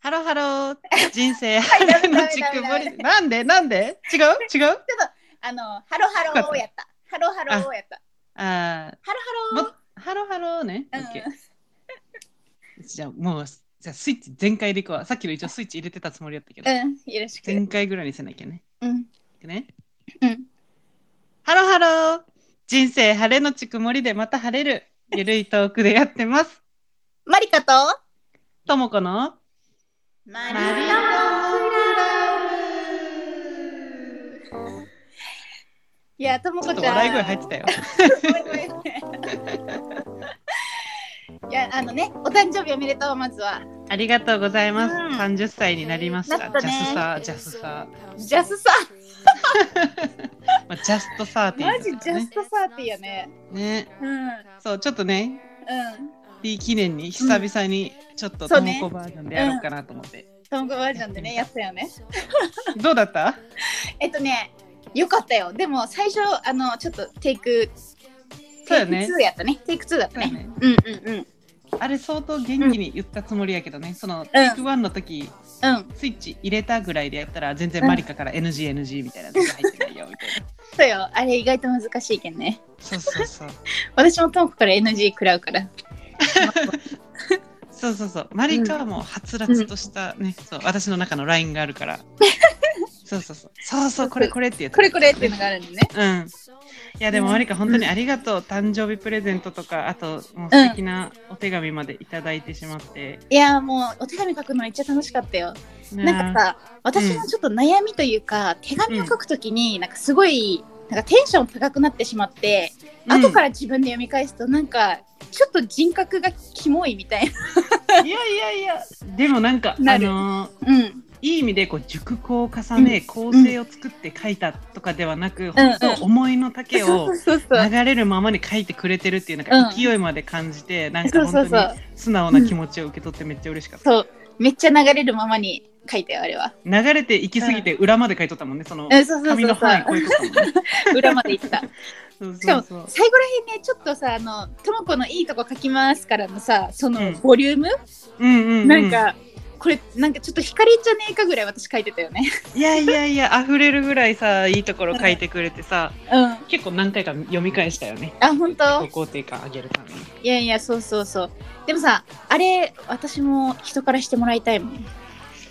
ハローハロー。 人生春のちくぼり。なんでなんで違う違うあの、ハロハローをやった。ハロハローをやった。あハローもハロー。ハローハローね。オうんッケーじゃあもう、じゃあスイッチ全開でいくわ。さっきの一応スイッチ入れてたつもりだったけど、うん、よろしく。全開ぐらいにせなきゃね。うん。いくね。うん。ハローハロー。人生晴れのち曇りでまた晴れる。ゆるいトークでやってます。マリカとともこのマリカのクいや、ともちこょっとちゃん。笑い声入ってたよ。ごめんごめん いや、あのね、お誕生日おめでとう、まずは。ありがとうございます。うん三十歳になりました。なジっャたスねサー、ジャスサジャスさー、まあ、ジャストサーティマージとかジャねス。トサーティーやね。ね、うん。そうちょっとね、うん。いい記念に久々にちょっとそうトねモコバージョンでやろうかなと思って。トムコバージョンでね、やったよね。どうだった？えっとね、よかったよ。でも、最初、あの、ちょっとテイク、そうテイよクね2やったね。テイク2だったそうね。ねうんうんうん。あれ相当元気に言ったつもりやけどね、そのテイクワンの時、うん。スイッチ入れたぐらいでやったら全然うんマリカから NG NG みたいなのが入ってないよみたいな。そうよ。あれ意外と難しいけんね。そうそうそう。私もトムコから NG 食ら うから。そうそうそう。マリカはもうはつらつとしたね、そう私の中のラインがある から。そうそうそう。そうそうこれこれってやつ。これこれっていうのがあるのね。うん。いやでもうんマリカ本当にありがとう、誕生日プレゼントとかあともう素敵なお手紙までいただいてしまって、いやーもうお手紙書くのめっちゃ楽しかったよ。ねなんかさ私のちょっと悩みというか、手紙を書くときになんかすごいなんかテンション高くなってしまって、うん後から自分で読み返すとなんかちょっと人格がキモいみたいな。いやいやいやでもなんかなあるのーうんいい意味でこう熟考を重ね、構成を作って書いたとかではなく、本当思いの丈をそうそうそう。流れるままに書いてくれてるっていうなんうかん勢いまで感じて、なんそかうそ本うそ当うに。素直な気持ちを受け取ってめっちゃ嬉しかった、そうめっちゃ流れるままに書いたよあれは。流れていきすぎて裏まで書いとったもんねそのうんそうそう紙そのうそ範囲う。超えとったもんね 裏まで行った。そうしかそもうそう最後らへんねちょっとさあのともこのいいとこ書きますからのさそうのんボリューム、うんうんうんなんかこれなんかちょっと惹かれんじゃねえかぐらい私書いてたよね。いやいやいや、溢れるぐらいさ、いいところ書いてくれてさ、うん。結構何回か読み返したよね。あ本当自己肯定感上げるために。いやいやそうそうそうでもさあれ私も人からしてもらいたいもん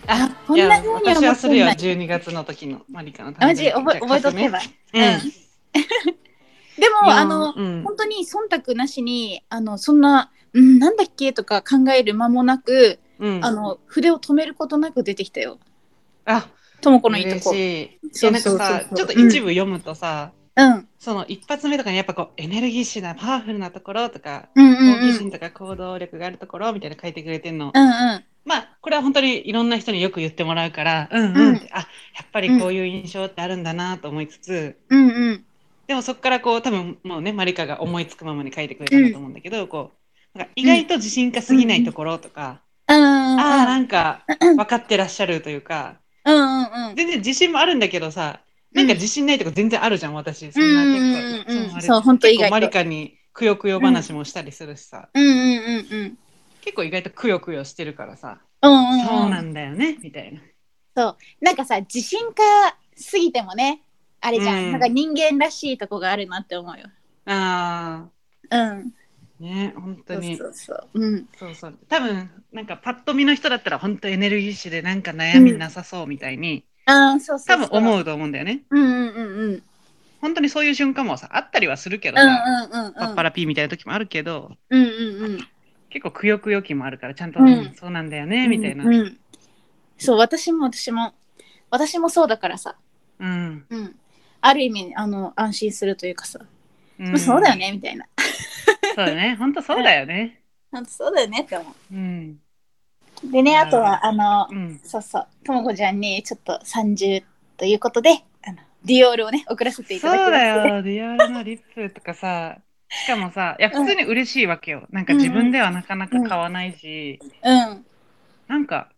あこんいなやふうには私思はっそれてよ、ない12月の時のマリカのあマジ覚え覚えとけば、うん。 うんでもあの、うん本当に忖度なしにあのそんな、うん、なんだっけとか考える間もなく、うん、あの筆を止めることなく出てきたよあ、ともこのいいと嬉こしい。いそやうなんそうそうかさ、そうちょっと一部読むとさ、うんその一発目とかにやっぱこう、エネルギッシュなパワフルなところとか、うんうんう好んうん奇心とか行動力があるところみたいなの書いてくれてんの。うんまあこれは本当にいろんな人によく言ってもらうからうんううんんって、あやっぱりこういう印象ってあるんだなと思いつつ、うんうんでもそこからこう多分もうねマリカが思いつくままに書いてくれたんだと思うんだけど、こうなんか意外と自信家すぎないところとか、あああなんか分かってらっしゃるというかうんうんう全ん然自信もあるんだけどさなんか自信ないとこ全然あるじゃん私そうんなうん結構うんうんあれそう本当意結構マ外リとカにくよくよ話もしたりするしさ、うんうんうんうん結構意外とくよくよしてるからさ、うんうんそうなんだよねみたいな。なんかさ自信家すぎてもねあれじゃん、うんなんか人間らしいとこがあるなって思うよ。あーうん、ね本当にそそううそうそう、うん、そう多分なんかパッと見の人だったら本当エネルギッシュでなんか悩みなさそうみたいに、あーそうそう多そう分思う。うと思うんだよねうんうんうんうんうん本当にそういう瞬間もさあったりはするけどうさ、んうんうんパッパラピーみたいな時もあるけどうんうんうん結構くよくよ気もあるからちゃんと、ううんんそうなんだよねみたいなうんうんそう私も私も私もそうだからさ、うん、うん、ある意味あの安心するというかさ、うんまあそうだよねみたいなそうだね本当そうだよね本当そうだよねって思うんう。でねあとはあの、うんそうそうともこちゃんにちょっと30ということであのディオールをね送らせていたそだきまうすだよリアルのリップとかさしかもさいや普通に嬉しいわけよ、なんか自分ではなかなか買わないし、うんなんか、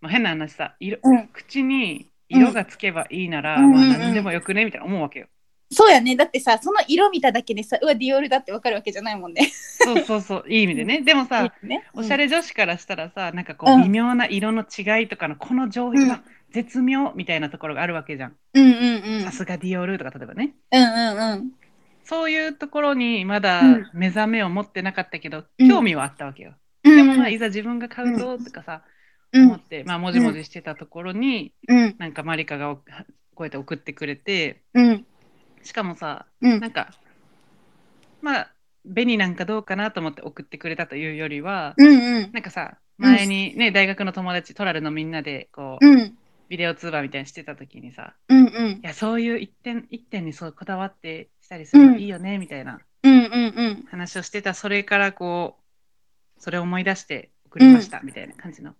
まあ、変な話さ色、うん口に色がつけばいいなら、うんまあ、うんうん何でもよくねみたいな思うわけよ。そうやねだってさその色見ただけでさうわディオールだってわかるわけじゃないもんね。そうそうそういい意味でねでもさ、ねおしゃれ女子からしたらさなんかこううん微妙な色の違いとかのこの上う品んが絶妙みたいなところがあるわけじゃん。うんうんうんさすがディオールとか例えばね。うんうんうんそういうところにまだうん目覚めを持ってなかったけど、うん興味はあったわけよ。うんでもまあいざ自分が買うぞとかさ、うん思って、まあもじもじしてたところに、うんなんかマリカがおこうやって送ってくれてうんしかもさうんなんかまあ紅なんかどうかなと思って送ってくれたというよりは、うんなんかさうん前にね、大学の友達トラルのみんなでこう、うんうんビデオ通話みたいにしてた時にさうんうんいやそういう一点一点にそうこだわってしたりするのうんいいよね、みたいなうんうん話をしてたそれからこうそれを思い出して送りました、みたいな感じの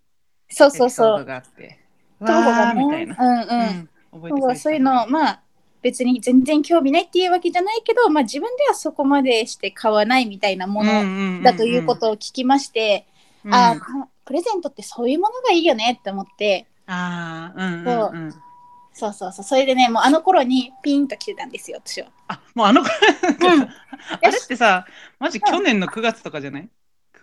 そうエそうピソそーうドがあって東郷わがーみたいねな、ううんうんん覚え東郷てくれはてたそういうのまあ別に全然興味ないっていうわけじゃないけどまあ自分ではそこまでして買わないみたいなものだというこ、とを聞きまして、うんうんうんうんああプレゼントってそういうものがいいよねって思ってああ、うんそううんうん。そうそうそうそれでねもうあの頃にピンと来てたんですよ私は。あ、もうあの頃、う んあれってさ、マジ去年の9月とかじゃない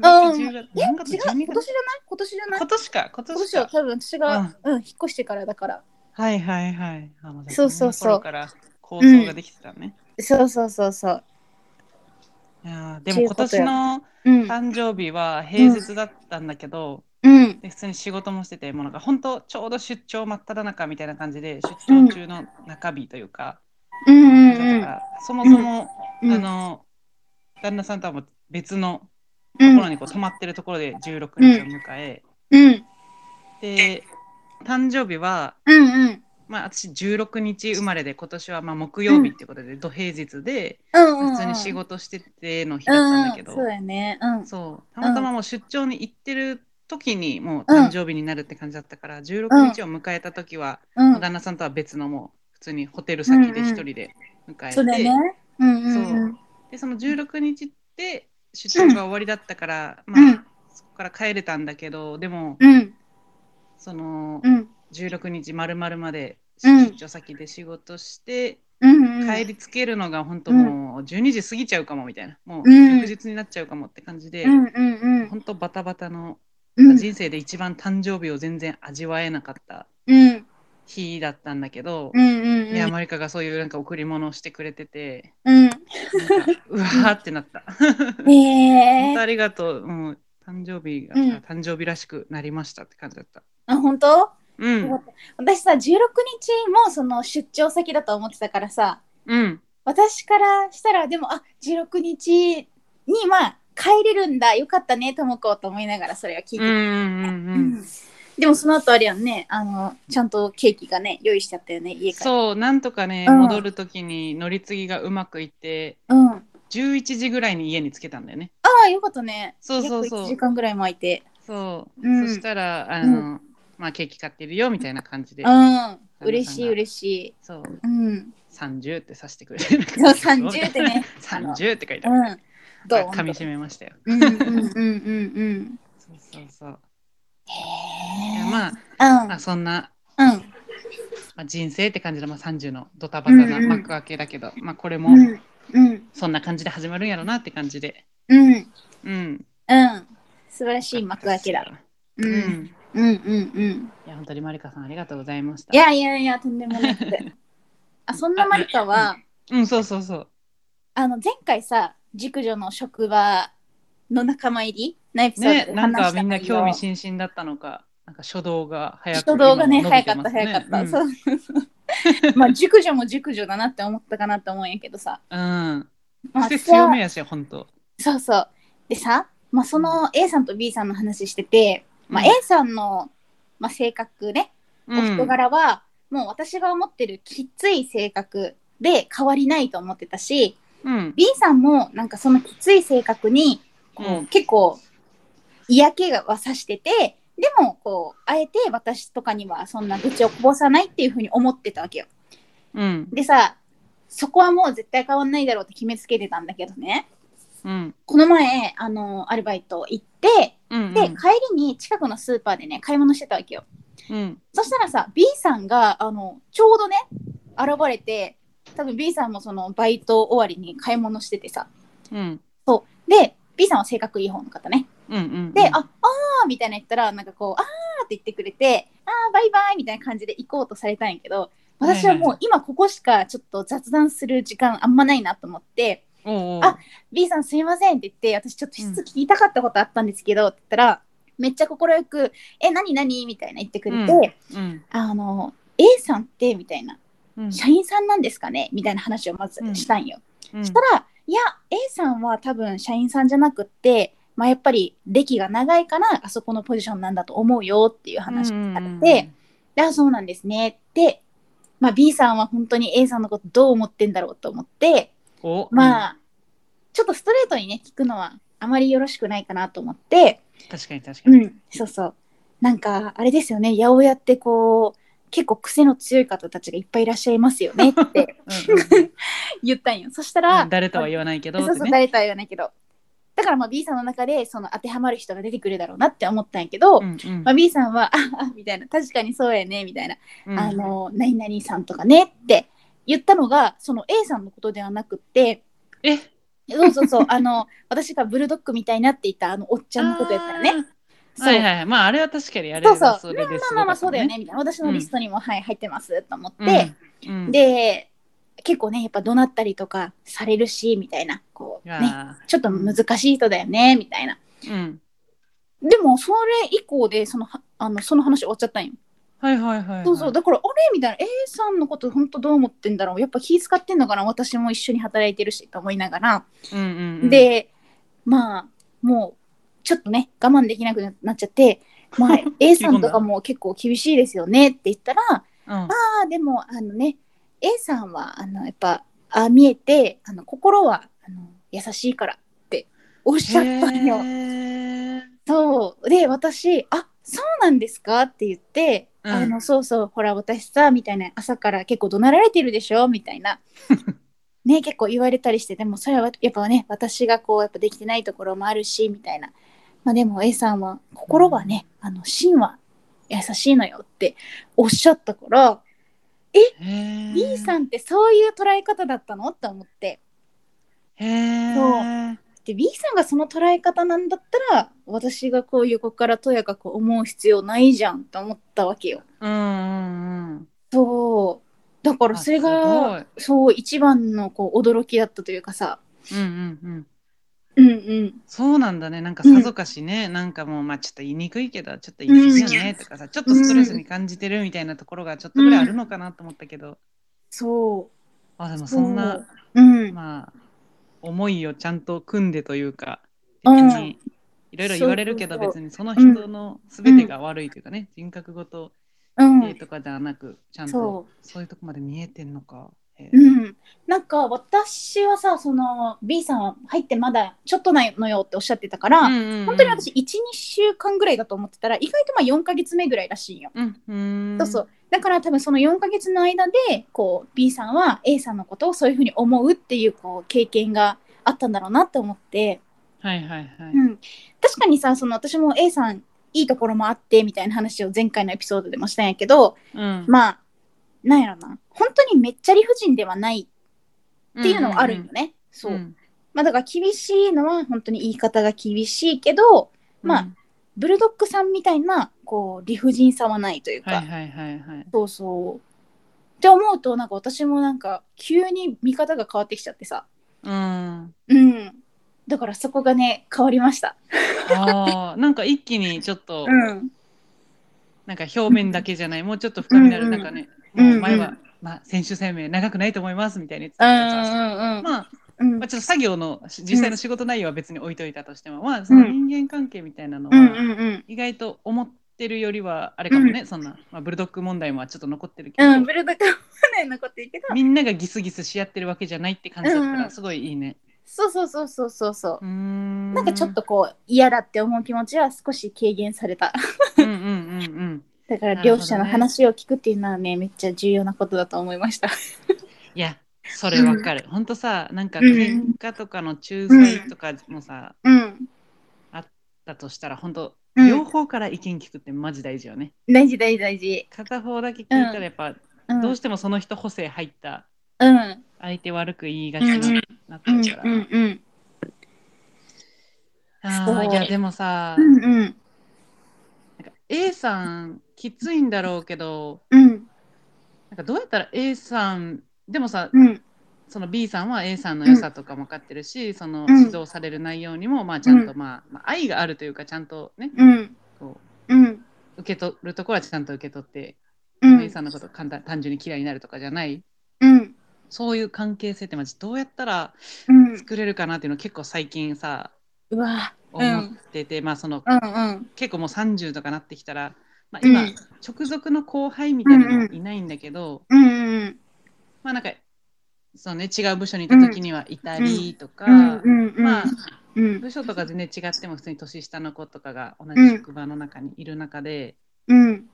?9 うん月、10月、え違う何今月、年じゃない12月今年じゃない今年か、今今年年はか。多分私が、うん引っ越してからだからはいはいはい。あまだそうそうそこの頃うから構想ができてたね。そうそうそうそう、いやーでも今年のうん、誕生日は平日だったんだけど、うんで普通に仕事もしてて、もうなんか本当ちょうど出張真っ只中みたいな感じで、出張中の中日というか、うんうんだからそもそも、うんあの、旦那さんとはもう別のうとんころにこう泊まってるところで16日を迎え、うんで誕生日は、うんうんまあ、私16日生まれで今年はまあ木曜日ってことで、土平日でうんうん普通に仕事してての日だったんだけど、うんうん、そうだねうんそうたまたまもう出張に行ってる時にもう誕生日になるって感じだったから、16日を迎えた時は、うん旦那さんとは別のもう普通にホテル先で一人で迎えて、そうだねうんうんうそんでその16日って出張が終わりだったから、んまあ、うんそこから帰れたんだけどでも、うんその、うん16日まるまるまでうん出張先で仕事して、うんうん帰りつけるのが本当もう12時過ぎちゃうかもみたいなもううん翌日になっちゃうかもって感じで、うんうんうん本当バタバタの、うん人生で一番誕生日を全然味わえなかったうん日だったんだけど、うんうんいやマリカがそういうなんか贈り物をしてくれて てうなんんかうわーってなった。うん本へ当えありがとう、うん、誕生日が、うん誕生日らしくなりましたって感じだった。あ本当うん、私さ16日もその出張先だと思ってたからさうん、私からしたらでもあ16日にまあ帰れるんだよかったねともこと思いながらそれを聞いてうん、うん、て、うんううん。んでもその後あれやんねあのちゃんとケーキがね用意しちゃったよね家からそうなんとかね、うん戻る時に乗り継ぎがうまくいってうん、あ11時ぐらいに家に着けたんだよねあよかったねそうそうそう約1時間ぐらいも空いてそう、うんそしたらあの、まあケーキ買ってるよみたいな感じで、うん嬉しい嬉しいそううん30ってさしてくれるそう30って ねあの30って書いてあうる、んどう噛み締めましたようんうんうんうんうんそうそうそういへやえまあ、あまあ、そんな、うんまあ、人生って感じの、まあ、30のドタバタなうんうん幕開けだけど、まあこれもうんうんそんな感じで始まるんやろうなって感じでうんうんうん素晴らしい幕開けだううんんうんうんうん。いや本当にマリカさんありがとうございましたいやいやいや、とんでも なくて。あ、そんなマリカは、うん、そうそうそう。あの前回さ、熟女の職場の仲間入りのエピソーね、ドでなん話かしたみんな興味ん津々だったのか、なんか初動が早く。人動がね、今早伸かっびたてます早かった。ねそうそうそう。 まあ熟女も熟女だなって思ったかなって思うんやけど さ。うん。まあ癖私は強めやし、本当。そうそう。でさ、まあその A さんと B さんの話してて、まあうん A さんの、まあ、性格ね、うお人ん。柄は、もう私が思ってるきつい性格で変わりないと思ってたし、うん。 B さんもなんかそのきつい性格にこう、うん結構嫌気はさしててでもこうあえて私とかにはそんな愚痴をこぼさないっていうふうに思ってたわけよ。うん。でさそこはもう絶対変わんないだろうって決めつけてたんだけどねうん。この前あのアルバイト行ってうん。で帰りに近くのスーパーでね買い物してたわけよ。うん。そしたらさ B さんがあのちょうどね現れて多分 B さんもそのバイト終わりに買い物しててさうん。で B さんは性格いい方の方ねうんうん。で「ああー」みたいな言ったらなんかこう「あー」って言ってくれて「あーバイバイ」みたいな感じで行こうとされたんやけど私はもう今ここしかちょっと雑談する時間あんまないなと思っておうおうあ B さんすいませんって言って私ちょっと質聞きたかったことあったんですけどって言ったらめっちゃ快く「え何何?」みたいな言ってくれて、うんうん。あの A さんってみたいなうん社員さんなんですかねみたいな話をまずしたんよ。うんしたらいや A さんは多分社員さんじゃなくって、まあ、やっぱり歴が長いからあそこのポジションなんだと思うよっていう話があって、であそうなんですねで、まあ、B さんは本当に A さんのことどう思ってんだろうと思ってうんうんうんおまあ、あ、ちょっとストレートにね聞くのはあまりよろしくないかなと思って、確かに確かうに。ん、そうそうなんかあれですよね八百屋ってこう結構癖の強い方たちがいっぱいいらっしゃいますよねって うんうん言ったんよそしたら、うん誰とは言わないけどっそうてそうね。誰とは言わないけどだからまあ B さんの中でその当てはまる人が出てくるだろうなって思ったんやけど、うんうんまあ、B さんは「ああ」みたいな「確かにそうやね」みたいな「うんあの何々さんとかね」って言ったのがその A さんのことではなくってえそうそう そうあの私がブルドッグみたいになって言ったあのおっちゃんのことやったらね。あーそうはいはいはい。まああれは確かにあれそうそうれですごまあまかあったそうだよねみたいな私のリストにも、はい入ってますと思って、うんうんで結構ねやっぱ怒鳴ったりとかされるしみたいなこうねあちょっと難しい人だよねみたいなーうんでもそれ以降でそのはあのその話終わっちゃったんよ。はいはいはいはい。そうそうだからあれみたいな A さんのこと本当どう思ってんだろうやっぱ気使ってんのかな私も一緒に働いてるしと思いながら、うんうんうん、でまあもうちょっとね我慢できなくなっちゃって、まあ、A さんとかも結構厳しいですよねって言ったらうん、あでもあのね A さんはあのやっぱああ見えてあの心はあの優しいからっておっしゃったんよ。へーそうで私「あそうなんですか?」って言って「うんあのそうそうほら私さ」みたいな「朝から結構怒鳴られてるでしょ」みた いなね結構言われたりしてでもそれはやっぱね私がこうやっぱできてないところもあるしみたいな、まあ、でも A さんは「心はねあの芯は優しいのよ」っておっしゃったからへー B さんってそういう捉え方だったのって思ってへえ。そうで B さんがその捉え方なんだったら私がこう横からとやかく思う必要ないじゃんと思ったわけよ。うんうんうん。そうだからあそれがそう一番のこう驚きだったというかさすごいうんうんうん。うんうんそうなんだね。なんかさぞかしね、なんかもうまあちょっと言いにくいけど、ちょっと言い過ぎよねとかさ、ちょっとストレスに感じてるみたいなところがちょっとぐらいあるのかなと思ったけど、そあでうもそんなうん、まあ思いをちゃんと組んでというか、別うんにいろいろ言われるけどそうそう別にその人のすべてが悪いというかね、人格ごとう性ん、とかではなく、ちゃんとそそういうとこまで見えてんのか。へう、ーうん、なんか私はさその B さんは入ってまだちょっとないのよっておっしゃってたから、うんうんうん本当に私12週間ぐらいだと思ってたら意外とまあ4ヶ月目ぐらいらしいんよ。うん、そうそうだから多分その4ヶ月の間でこう B さんは A さんのことをそういうふうに思うっていうこう経験があったんだろうなと思って、はいはいはい。うん、確かにさその私も A さんいいところもあってみたいな話を前回のエピソードでもしたんやけどうんまあなんやろな本当にめっちゃ理不尽ではないっていうのはあるんよね。そう、うんまあ、だから厳しいのは本当に言い方が厳しいけどまあブルドッグさんみたいなこう理不尽さはないというか、はいはいはいはい。そうそう。って思うとなんか私もなんか急に見方が変わってきちゃってさ。うん、あうん。だからそこがね変わりました。 あーなんか一気にちょっと、うん。なんか表面だけじゃないもうちょっと深みのある、うんうなんんかね、うんうんもう前は、まあ、選手生命長くないと思いますみたいに言ってうたんけどさうんうん。まあうんまあ、ちょっと作業のし実際の仕事内容は別に置いといたとしても、まあその人間関係みたいなのうんうはんうん。意外と思ってるよりはあれかもね、そんな、まあ、ブルドッグ問題もちょっと残ってるけど、うん、ブルドッグ問題のこと言うけどみんながギスギスし合ってるわけじゃないって感じだったうんうんらすごいいいね。そうそうそうそうそうそううーんなんかちょっとこう嫌だって思う気持ちは少し軽減さ れたうんうんうんうん。だからなるほどね両者の話を聞くっていうのはねめっちゃ重要なことだと思いましたいや、それわかる。ほんとさ、なんかうん喧嘩とかの仲裁とかもさ、うんだとしたら、ほんと、うん両方から意見聞くってマジ大事よね。大事大事大事片方だけ聞いたら、やっぱ、うんどうしてもその人補正入ったうん相手悪く言いがちになってるから。うんうんああ、そういや、でもさ、うんうんなんか A さん、きついんだろうけど、うんなんかどうやったら A さん、でもさ、うんその B さんは A さんの良さとかも分かってるし、そのうん指導される内容にも、まあちゃんと、まあ、まあ愛があるというか、ちゃんとね、うんこうんう、受け取るところはちゃんと受け取って、うん A さんのこと簡単単純に嫌いになるとかじゃない、うんそういう関係性って、まじどうやったらうん作れるかなっていうのを結構最近さ、うわうん思ってて、まあその、うんうん結構もう30とかなってきたら、まあ、うん今、直属の後輩みたいなのはいないんだけど、うんうんまあなんかそう、ね、違う部署にいた時にはいたりとか、うんうんまあ、うん部署とか全然違っても普通に年下の子とかが同じ職場の中にいる中で、うん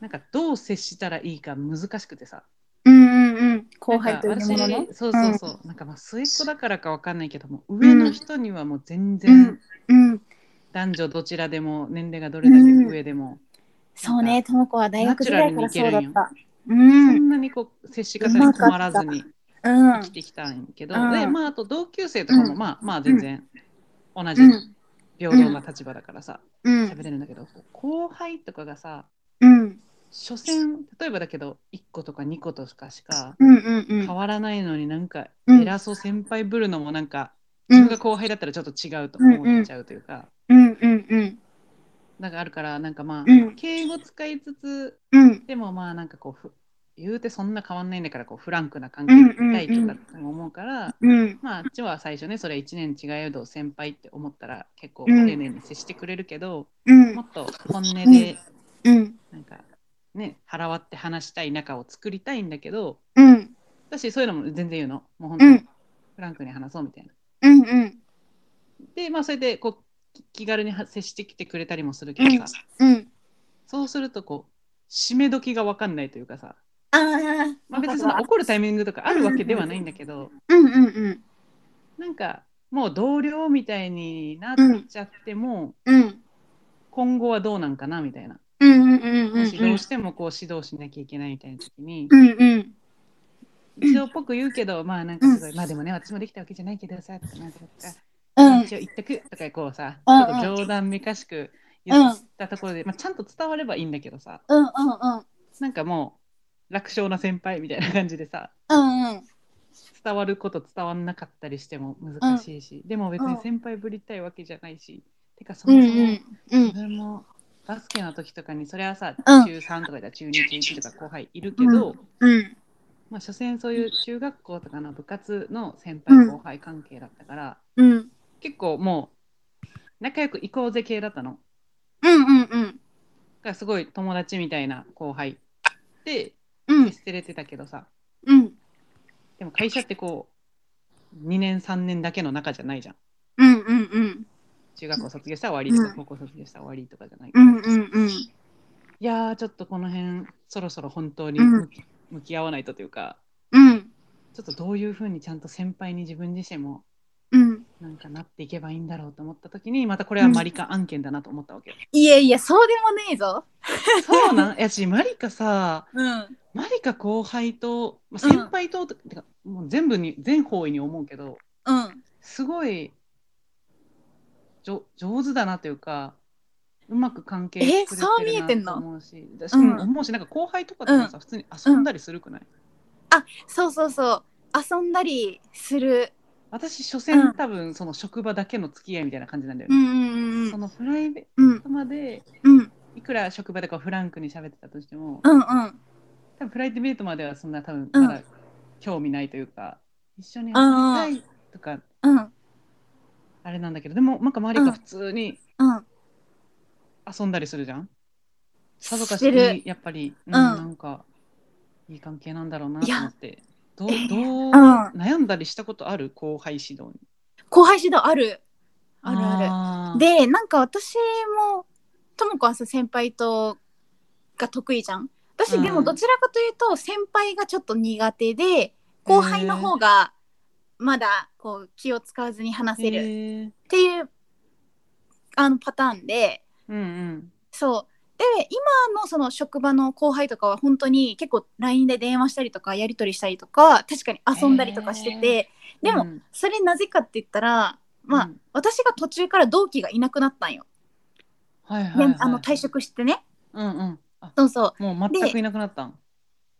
なんかどう接したらいいか難しくてさうんうん後輩とないんうかものね私そうそうそう、なんかまあ末っ子だからかわかんないけども上の人にはもう全然うん男女どちらでも年齢がどれだけ上でも、そうねともこは大学時代からそうだナチュラルにいけるんよったうんそんなにこう接し方に困らずにうん生きてきたんやけど、うんでまああと同級生とかも、うんまあまあ全然同じうん平等な立場だからさうん喋れるんだけど、後輩とかがさうん所詮例えばだけど1個とか2個とかしかうんうんう変んわらないのになんかうん偉そう先輩ぶるのもなんかう自分んが後輩だったらちょっと違うと思っちゃうというか、うんうんうんなんかあるからなんかまあ、うん敬語使いつつうんでもまあなんかこうふ言うてそんな変わんないんだからこうフランクな関係にいたいとかって思うから、うんまああっちは最初ねそれ1年違うど先輩って思ったら結構う丁ん寧に接してくれるけど、うんもっと本音でうんなんかね腹割って話したい仲を作りたいんだけどうん私そういうのも全然言うのもう本うん当フランクに話そうみたいな。うんうんでまあそれでこうき気軽には接してきてくれたりもするけどさ、うんそうするとこう締め時が分かんないというかさ、ああまあ、別にその怒るタイミングとかあるわけではないんだけど、うんうんうんなんかもう同僚みたいになっちゃっても、うん今後はどうなんかなみたいな、うんうんうんうんもしどうしてもこう指導しなきゃいけないみたいな時に、うんうん一応っぽく言うけどまあなんかすごい、まあでもね私もできたわけじゃないけどさとかなんとか、うん一応言っとくとかこうさ、うんうんちょっと冗談めかしく言ったところで、まあ、ちゃんと伝わればいいんだけどさうんうんうんなんかもう楽勝な先輩みたいな感じでさうんうん伝わること伝わんなかったりしても難しいし、でも別に先輩ぶりたいわけじゃないし、てかそもそも、自分もバスケの時とかにそれはさ、うん中3とかだ中2中1とか後輩いるけど、うんまあ所詮そういう中学校とかの部活の先輩後輩関係だったから、うん結構もう仲良く行こうぜ系だったの。だうんうんうんからすごい友達みたいな後輩でうん捨てれてたけどさうんでも会社ってこう2年3年だけの仲じゃないじゃん。うんうんうん中学校卒業したら終わりとか、うん高校卒業したら終わりとかじゃないかうら、んうんうんいやーちょっとこの辺そろそろ本当にうん向き,、向き合わないとというか。うんちょっとどういうふうにちゃんと先輩に自分自身もうんなんかなっていけばいいんだろうと思った時にまたこれはマリカ案件だなと思った わけよ。いやいやそうでもねえぞそう なんやしマリカさうんマリカ後輩と、まあ、先輩と、てかもう全部に全方位に思うけどうんすごいじょ上手だなというかうまく関係え作そう見えれててんるのなと思うしだし、うん思うしなんか後輩とかともさ、普通に遊んだりするくない、そうそうそう遊んだりする私所詮、うん多分その職場だけの付き合いみたいな感じなんだようね。んうんそのプライベうんートまで、うんいくら職場でこうフランクに喋ってたとしても、うんうん多分プライベートまではそんな多分うんまだ興味ないというか、一緒に遊びたいとかうんあれなんだけど、でもなんか周りうんが普通にうん遊んだりするじゃん。さぞかしてるしやっぱり、うんんなんかいい関係なんだろうなと思って。どうえーどう、ん悩んだりしたことある後輩指導に。後輩指導あるあるあるあー、でなんか私もともこはさ先輩とが得意じゃん私、うんでもどちらかというと先輩がちょっと苦手で後輩の方がまだこう気を使わずに話せへるっーていう、あのパターンでうんうん。そうで今のその職場の後輩とかは本当に結構 LINE で電話したりとかやり取りしたりとか確かに遊んだりとかしてて、でも、うんそれなぜかって言ったらまあ、うん私が途中から同期がいなくなったんよ、はいはいねはいあの退職してねうんうんあそうそうもう全くいなくなったん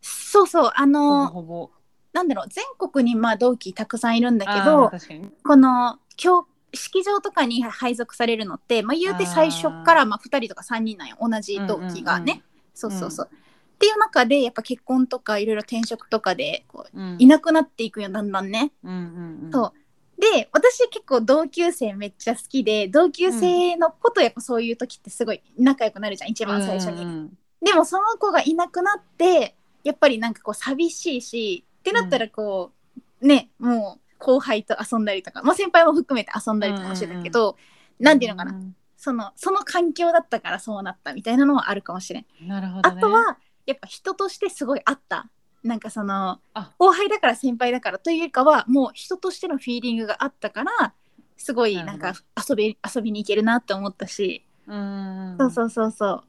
そうそうほぼあの、ほぼなんだろう全国にまあ同期たくさんいるんだけあーど確かにこの教式場とかに配属されるのって、まあ、言うて最初からまあ2人とか3人なんよ同じ同期がね、そうそうそう、っていう中でやっぱ結婚とかいろいろ転職とかでこううんうんうんいなくなっていくよだんだんねうんうんうんそうで私結構同級生めっちゃ好きで同級生の子とやっぱそういう時ってすごい仲良くなるじゃん一番最初に、うんでもその子がいなくなってやっぱりなんかこう寂しいしってなったらこう、ねもう後輩と遊んだりとか、まあ、先輩も含めて遊んだりとかもしてたけど、なんていうのかな、んそのその環境だったからそうなったみたいなのはあるかもしれん、なるほどあねとはやっぱ人としてすごいあったなんかそのあ後輩だから先輩だからというよりかはもう人としてのフィーリングがあったからすごいなんなかる遊び遊びに行けるなって思ったし、うんそうそうそうそう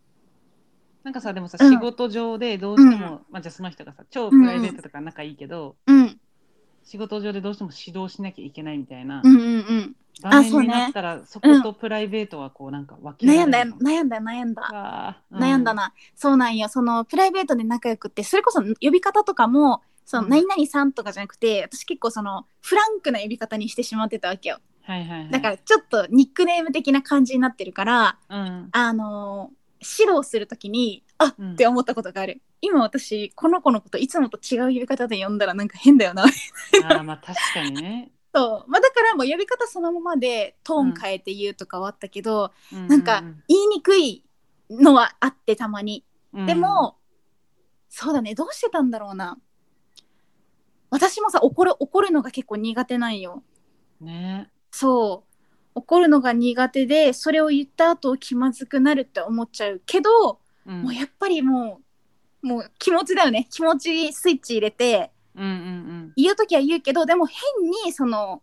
なんかさでもさうん仕事上でどうしてもまあじゃあその人がさ超プライベートとか仲いいけどうん仕事上でどうしても指導しなきゃいけないみたいなうんうんうん場面そうねになったらそことプライベートはこうなんか分けられ悩んだるの悩んだ悩んだか悩んだな、そうなんよそのプライベートで仲良くってそれこそ呼び方とかもそのうん何々さんとかじゃなくて私結構そのフランクな呼び方にしてしまってたわけよはいはいはいだからちょっとニックネーム的な感じになってるからうんあのー指導する時にあうんって思ったことがある今私この子のこといつもと違う呼び方で呼んだらなんか変だよな あーまあ確かにねそう、まあ、だからもう呼び方そのままでトーン変えて言うとかはあったけど、なんか言いにくいのはあってたまにでも、そうだねどうしてたんだろうな私もさ怒る怒るのが結構苦手なんようんねそう怒るのが苦手でそれを言った後気まずくなるって思っちゃうけど、うんもうやっぱりもうもう気持ちだよね気持ちスイッチ入れてうんうん言う時は言うけどでも変にその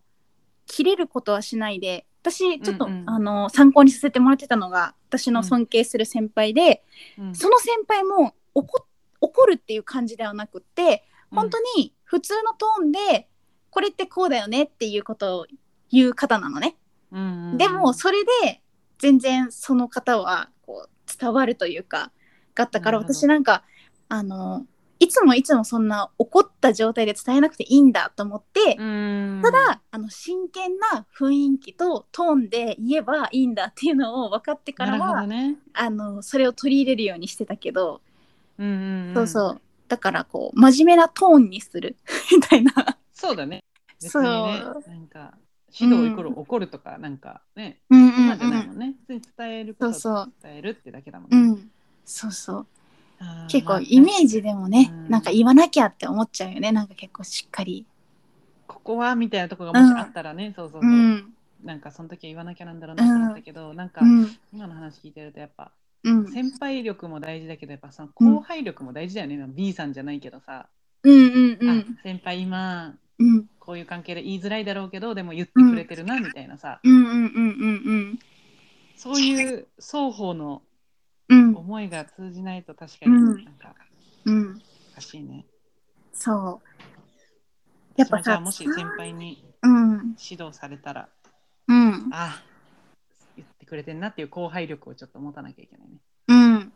切れることはしないで私ちょっと、うんうんあの参考にさせてもらってたのが私の尊敬する先輩で、うんうんその先輩も怒怒るっていう感じではなくって本当に普通のトーンで、これってこうだよねっていうことを言う方なのね、うんうんうんでもそれで全然その方はこう伝わるというかがあったかなるらほど私なんかあのいつもいつもそんな怒った状態で伝えなくていいんだと思って、うんただあの真剣な雰囲気とトーンで言えばいいんだっていうのを分かってかならるほは、どねあのそれを取り入れるようにしてたけど、うんうんんそうそう。だからこう、真面目なトーンにする みたいな。そうだね別そうにねなんか指導イコール怒るとかなんかねうんうそんんうなんじゃないもん。んね普通に伝えるそこうとをそう。伝えるってだけだもんうねん。そうそう。あー結ま構あイメージでもねう、んなんか言わなきゃって思っちゃうよね。なんか結構しっかり。ここはみたいなとこがもしあったらねそうそうう。そうんなんかその時は言わなきゃなんだろうなと思ったけどなんかうん。今の話聞いてるとやっぱうん。先輩力も大事だけどやっぱその後輩力も大事だよね、B さんじゃないけどさ、うんうんうあん。先輩今うんこういう関係で言いづらいだろうけどでも言ってくれてるなみたいなさ、うんうんうんうんそういう双方のうんうん思いが通じないと確かにうんなんかうん難しいね。そうやっ私もぱさじゃあもし先輩にうん指導されたらうんあ言ってくれてんなっていう後輩力をちょっと持たなきゃいけないね。うん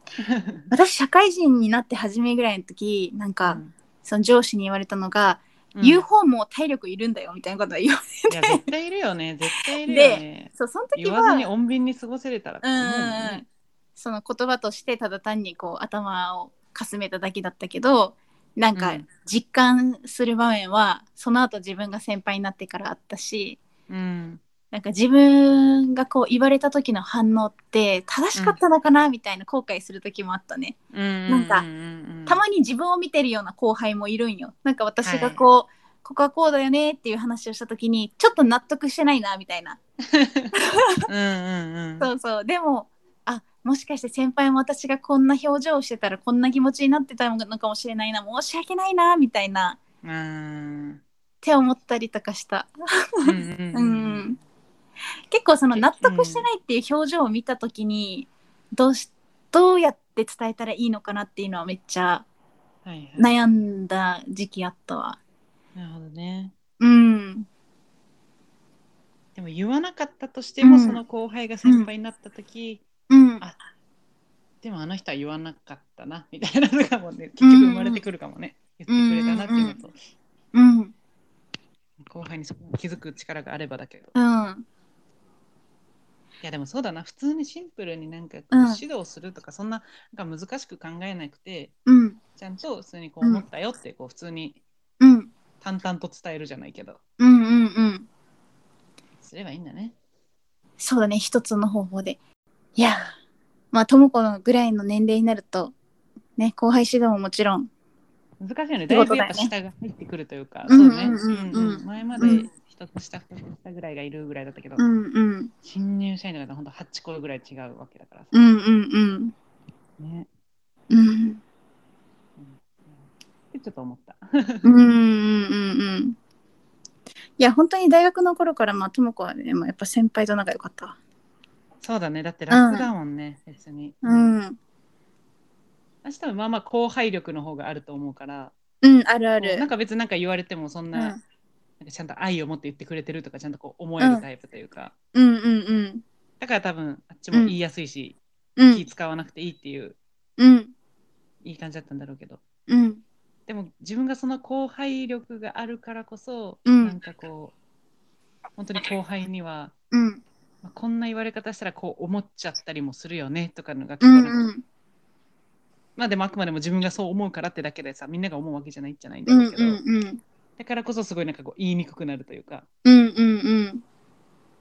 私社会人になって初めぐらいの時なんか、その上司に言われたのが、うん言う方も体力いるんだよみたいなことは言われいや絶対いるよね絶対いるよね。そうその時言はわずに穏便に過ごせれたらとうん思ううんもんうねん。その言葉としてただ単にこう頭をかすめただけだったけどなんうかん実感する場面は、その後自分が先輩になってからあったしうんなんか自分がこう言われた時の反応って正しかったのかなみたいな後悔する時もあったね、なんかたにまに自分を見てるような後輩もいるんよなんか私がこう、ここはこうだよねっていう話をした時にちょっと納得してないなみたいなうんうんうんそうそうでもあもしかして先輩も私がこんな表情をしてたらこんな気持ちになってたのかもしれないな申し訳ないなみたいなうーんって思ったりとかした、うんううんんうん結構その納得してないっていう表情を見た時にどうしどうやって伝えたらいいのかなっていうのはめっちゃはいはい。な悩んだ時期あったわ。るほどね。うん。でも言わなかったとしても、うんその後輩が先輩になった時、うんあ。でもあの人は言わなかったな みたいなのがもうね結局生まれてくるかもね、言ってくれたなっていうのと、うん。後輩にそこに気づく力があればだけどうん。いやでもそうだな普通にシンプルになんかこううん指導するとかそんななんか難しく考えなくてうん。ちゃんと普通にこう思ったよってこう普通にうん。淡々と伝えるじゃないけどうん。うん。うん。すればいいんだねそうだね、一つの方法で。いやー、まあ、とも子のぐらいの年齢になると、ね、後輩指導ももちろん。難しいよね仕だいぶ事やだよっぱね下が入ってくるというかそううんうんねうんうんうん前までうん一つ下二つ下ぐらいがいるぐらいだったけどうんうん。新入社員の方ほんと8個ぐらい違うわけだからさうんうんねうん。うん。ってちょっと思ったうんうんうんうん。いや、本当に大学の頃から、まあ、とも子はね、もうやっぱ先輩と仲良かったわ。そうだねだって楽だもんね別にうん。明日はまあまあ後輩力の方があると思うからうん、あるあこうなんる。か別になんか言われてもそんうん、うな,、んなんかちゃんと愛を持って言ってくれてるとかちゃんとこう思えるタイプというか、うんうん。だから多分あっちも言いやすいし、う気ん。使わなくていいっていううん。いい感じだったんだろうけどうん。でも自分がその後輩力があるからこそ、うんなんかこう本当に後輩には、うん。まあこんな言われ方したらこう思っちゃったりもするよねとかのが聞こうえんる、うん。まあでもあくまでも自分がそう思うからってだけでさみんなが思うわけじゃないんじゃないんだうんろうけど、うんうん。だからこそすごいなんかこう言いにくくなるというかうんうんうん。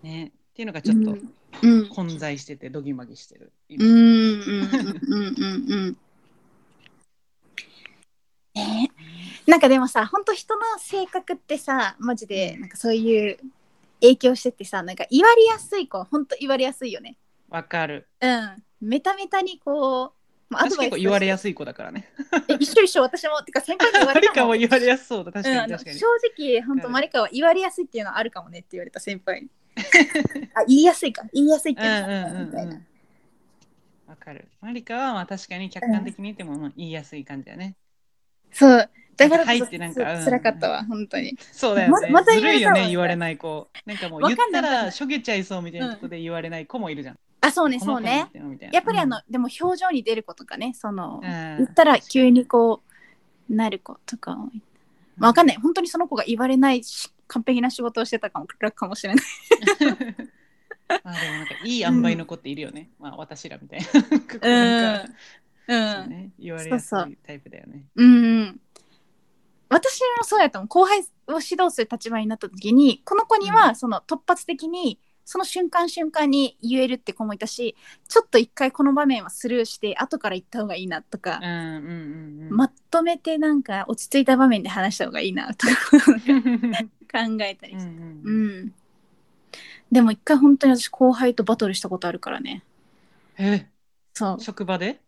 ねっていうのがちょっとうん。混在しててどぎまぎしてる、うんうんうんうんうん。ねなんかでもさ本当人の性格ってさマジでなんかそういう影響してってさなんか言われやすい子は本当言われやすいよね。わかるうん。メタメタにこう、まあ、私結構言われやい。すい子だからねえ一緒一緒私もてか先輩に言わマれリたカももん。言われやすそうだ確うん、かあにの確かに、正直本当うんマリカは言われやすいっていうのはあるかもねって言われた 先輩にあ言いやすいか言いやすいっていうのはあるかもみたいなわかる。マリカはまあ確かに客観的に見てもまあ言いやすい感じだね。そうだからこ入そってなんかうんつらかったわ本当にそうだよね。ままたずるいよね、言言わわれれない子。なんかもうわ言っかんなたいらしょげちゃいそうみたいなとこで言われない子もいるじゃん。あそうねこそのう子言っねてよみたいなやっぱりあの、、でも表情に出る子とかねその、うん言ったら急にこうなる子とか多いまあわか んない。ない本当にその子が言われないし完璧な仕事をしてたかも楽かもしれないまあでもなんかいい塩梅の子っているよね。まあ私らみたいな。なん かこうなんかうそうんね言われやすそうそいタイプだよね。うんうん私もそうやと思う後輩を指導する立場になった時にこの子にはその突発的にその瞬間瞬間に言えるって子もいたしちょっと一回この場面はスルーして後から言った方がいいなとかうん、うんうんうん。まとめてなんか落ち着いた場面で話した方がいいなとか 考えたりうんうんして、うんでも一回本当に私後輩とバトルしたことあるからねえ、そ職場で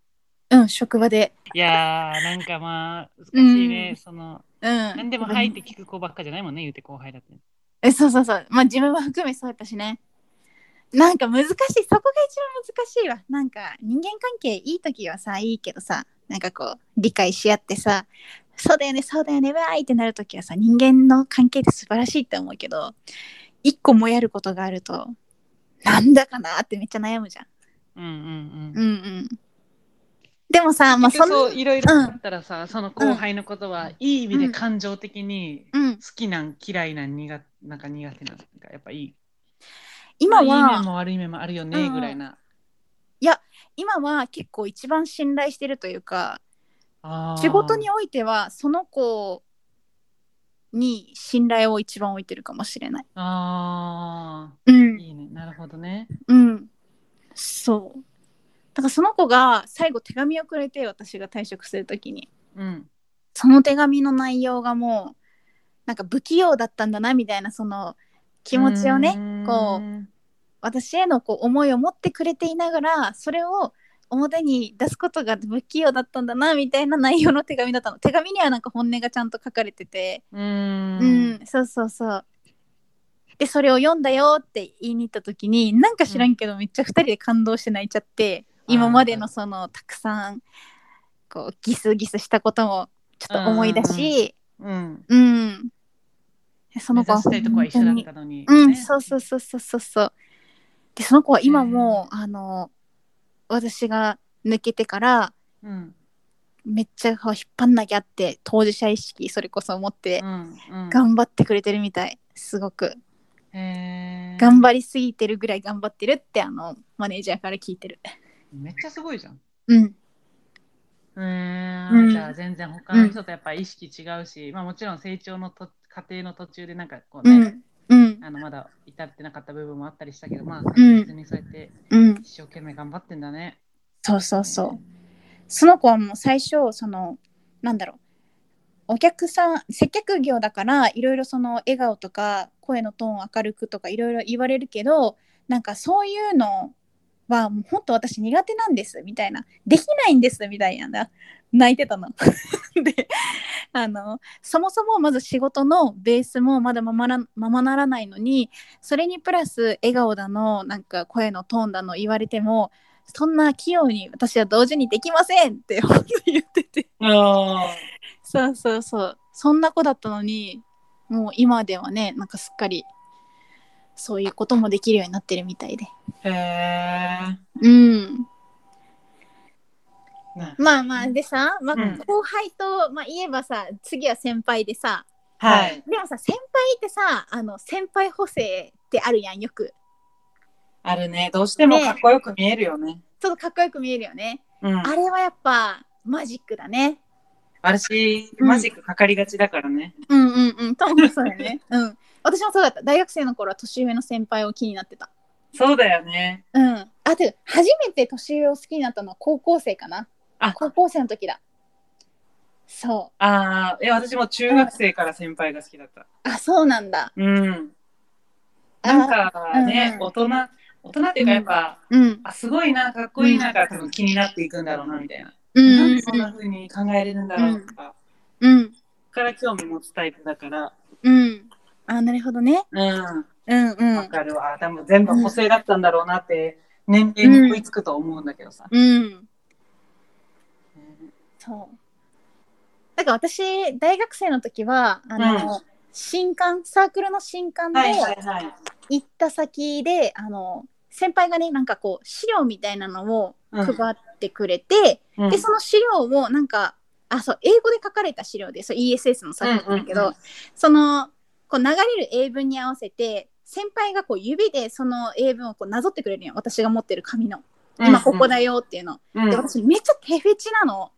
ううん職場でいやーなんかまあ難しいね、うんそのうん何でも「はい」って聞く子ばっかじゃないもんね言うて後輩だってえそうそうそうまあ自分は含めそうやったしねなんか難しいそこが一番難しいわなんか人間関係いい時はさいいけどさなんかこう理解し合ってさそうだよねそうだよねわーいってなる時はさ人間の関係って素晴らしいって思うけど一個もやることがあるとなんだかなってめっちゃ悩むじゃんうんうんううんんうんでもさまあそ結局のそういろいろあったらさ、その後輩のことは、いい意味で感情的に好うんきなん嫌いなん苦なんか苦手なんかやっぱいい今いい面はも悪い面もあるよね、うんぐらいな今は結構一番信頼してるというかあー仕事においてはその子に信頼を一番置いてるかもしれない。あうーん、いいねなるほどねうん、そうだからその子が最後手紙をくれて私が退職する時にうんその手紙の内容がもうなんか不器用だったんだなみたいなその気持ちをねこ私へのこう思いを持ってくれていながらそれを表に出すことが不器用だったんだなみたいな内容の手紙だったの手紙にはなんか本音がちゃんと書かれててうーんううんん、そうそうそう。でそれを読んだよって言いに行った時になんか知らんけどめっちゃ2人で感動して泣いちゃって、今までのそのたくさんこうギスギスしたこともちょっと思い出し、うん。うんそ目指の子はしたいとこは一緒だっ本当にたのに。うん、ねそうそうそうそうそうそうでその子は今も、あの私が抜けてからうん。めっちゃこう引っ張んなきゃって当事者意識それこそ持ってうん。うん。頑張ってくれてるみたいすごくへー頑張りすぎてるぐらい頑張ってるってあのマネージャーから聞いてるめっちゃすごいじゃん。うんうーうんんじゃあ全然他の人とやっぱ意識違うし、まあもちろん成長のと過程の途中でなんかこううね、んうんあのまだ至ってなかった部分もあったりしたけど、まあん別にそうやってうん一生懸命頑張ってんだね。そうそうそうその子はもう最初そのなんだろうお客さん接客業だからいろいろその笑顔とか声のトーンを明るくとかいろいろ言われるけどなんかそういうのはもうほんと私苦手なんですみたいなできないんですみたいな泣いてたの。 であのそもそもまず仕事のベースもまだままらままならないのにそれにプラス笑顔だのなんか声のトーンだの言われてもそんな器用に私は同時にできませんって本当言っててあそうそうそうそんな子だったのにもう今ではねなんかすっかりそういうこともできるようになってるみたいでへえ。うんなまあまあでさ、まあうん後輩と、まあ、言えばさ次は先輩でさ、はい。でもさ先輩ってさあの先輩補正ってあるやんよくあるね。どうしてもかっこよく見えるよね。ちょっとかっこよく見えるよね、うん。あれはやっぱマジックだね私、うんマジックかかりがちだからね。うんうんうんともそうだ よねうん私もそうだった大学生の頃は年上の先輩を気になってたそうだよね。うん。あ、てか初めて年上を好きになったのは高校生かな。あ高校生の時だ。そああ、え、私も中学生から先輩が好きだった。う。あ、そうなんだ。うん。なんあ、かね、うん大人、大人っていうかやっぱ、うん。あすごいな、かっこいいなうんが多分気になっていくんだろうなみたいな。うなんんでそんな風に考えれるんだろうとか、こうん。こから興味持つタイプだから、うん。あ、なるほどね。うん、うんうわん。かるわ。でも全部補正だったんだろうなって、年齢に食いつくと思うんだけどさ。うん。そう。なんか私、大学生の時は、あの、う新刊、サークルの新刊ではいはいはい。行った先で、あの、先輩がね、なんかこう、資料みたいなのをうん配ってくれて、うんでその資料をなんかあそう英語で書かれた資料でそう ESS の作品なんだけど、うんうんうんそのこう流れる英文に合わせて先輩がこう指でその英文をこうなぞってくれるよ私が持ってる紙の今ここだよっていうの、うんで私めっちゃ手フェチ なの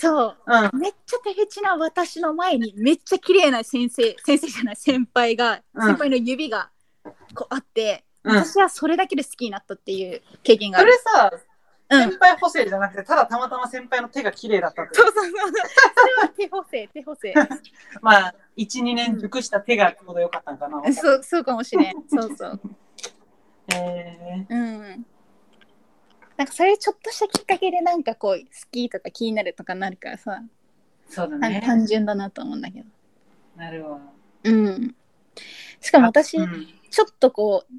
そううんめっちゃ手フェチな私の前にめっちゃ綺麗な先生先生じゃない先輩がうん先輩の指がこうあって、うん私はそれだけで好きになったっていう経験があそるれ。さ、うん先輩補正じゃなくて、ただたまたま先輩の手が綺麗だったってそうそうそう。それは手補正、手補 正。まあ、1、2年熟した手がちょうどよかったんかな。そう、そうかもしれん。そうそう。えうん。なんかそれちょっとしたきっかけでなんかこう好きとか気になるとかなるからさ、ー、そうだなんかね。単純だなと思うんだけど。なるわ。うん。しかも私、うんちょっとこう好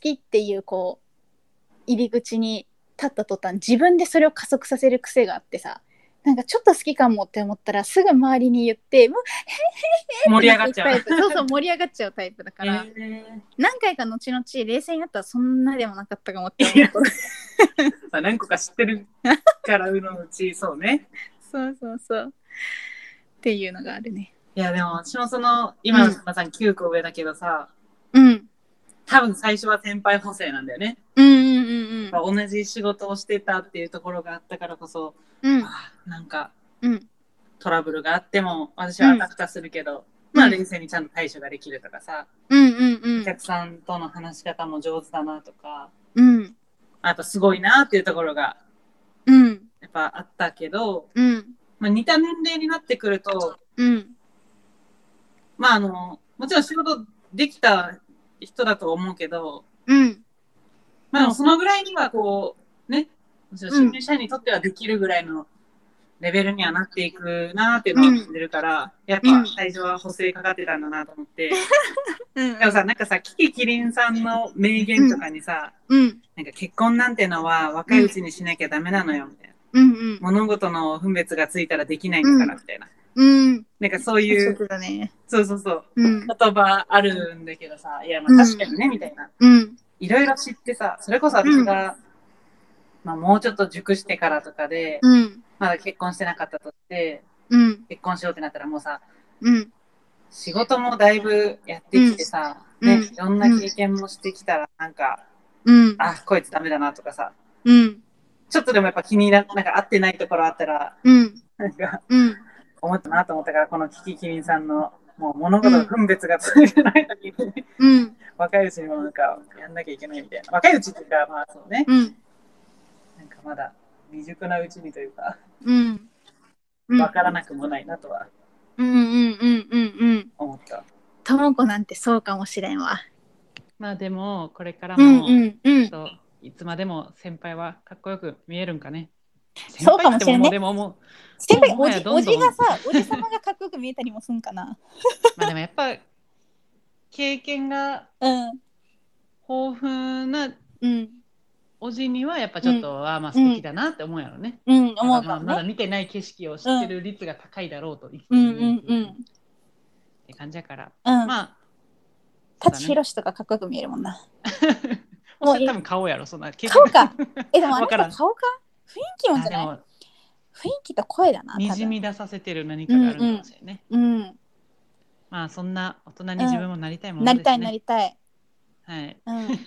きっていうこう入り口に立った途端自分でそれを加速させる癖があってさなんかちょっと好きかもって思ったらすぐ周りに言ってもう盛り上がっちゃなうてい。タイプそうそう盛り上がっちゃうタイプだから、えー何回か後々冷静になったらそんなでもなかったかもって思うまあ、何個か知ってるからうのうちそうねそうそうそうっていうのがあるねいやでも私もその今うんのまさん9個上だけどさ、うん多分最初は先輩補正なんだよね、うんうんうんまあ同じ仕事をしてたっていうところがあったからこそ、うんああなんかうんトラブルがあっても私はあたふたするけど、まあ冷静にちゃんと対処ができるとかさ、うんうんうんお客さんとの話し方も上手だなとかうんあとすごいなっていうところがうんやっぱあったけど、うんまあ、似た年齢になってくるとうんまああの、もちろん仕事できた人だと思うけど、うんまあでもそのぐらいにはこう、ね、もちろん新入社員にとってはできるぐらいのレベルにはなっていくなーっていうのは感じるから、やっうんぱ最初は補正かかってたんだなと思って。でもさ、なんかさ、キキキリンさんの名言とかにさ、うんなんか結婚なんてのは若いうちにしなきゃダメなのよみたいな、うんうん物事の分別がついたらできないんだからみたいな、うんなんかそういうそうだねそうそうそううん言葉あるんだけどさいやまあ確かにね、みたいなうんいろいろ知ってさそれこそ私が、まあ、もうちょっと熟してからとかで、うんまだ結婚してなかったとしてうん結婚しようってなったらもうさうん仕事もだいぶやってきてさ、ねうんいろんな経験もしてきたらなんか、うんあこいつダメだなとかさうんちょっとでもやっぱ気にななんか合ってないところあったらうんなんかうん思ったなと思ったからこのキキキリンさんのもう物事の分別がついてない時に、うん若いうちにもなんかやんなきゃいけないみたいな若いうちっていうかまあそうねうんなんかまだ未熟なうちにというかうんうんわからなくもないなとはうんうんうんうんうん思った。ともこなんてそうかもしれんわまあでもこれからうんも、うんうんといつまでも先輩はかっこよく見えるんかね。そうかもしれん先輩ってねうでももう、先輩もうもおはじやどおんどんじがさおじ様がかっこよく見えたりもすんかなまあでもやっぱ経験がうん豊富なうんおじにはやっぱちょっと、あまあ素敵だなって思うやろね。うん思うまかあもまだね見てない景色を知ってる率が高いだろうと生きてうんうるんうんって感じやから、うんまあ舘ひろしとかかっこよく見えるもんなももういい多分顔やろそんな景顔かえでもあのわからん人顔か雰囲気もんじゃないあでも雰囲気と声だなに多じ分み出させてる何かがあるかもしれないね、うんまあそんな大人に自分もなりたいものなですね、りたいなりたいはいうん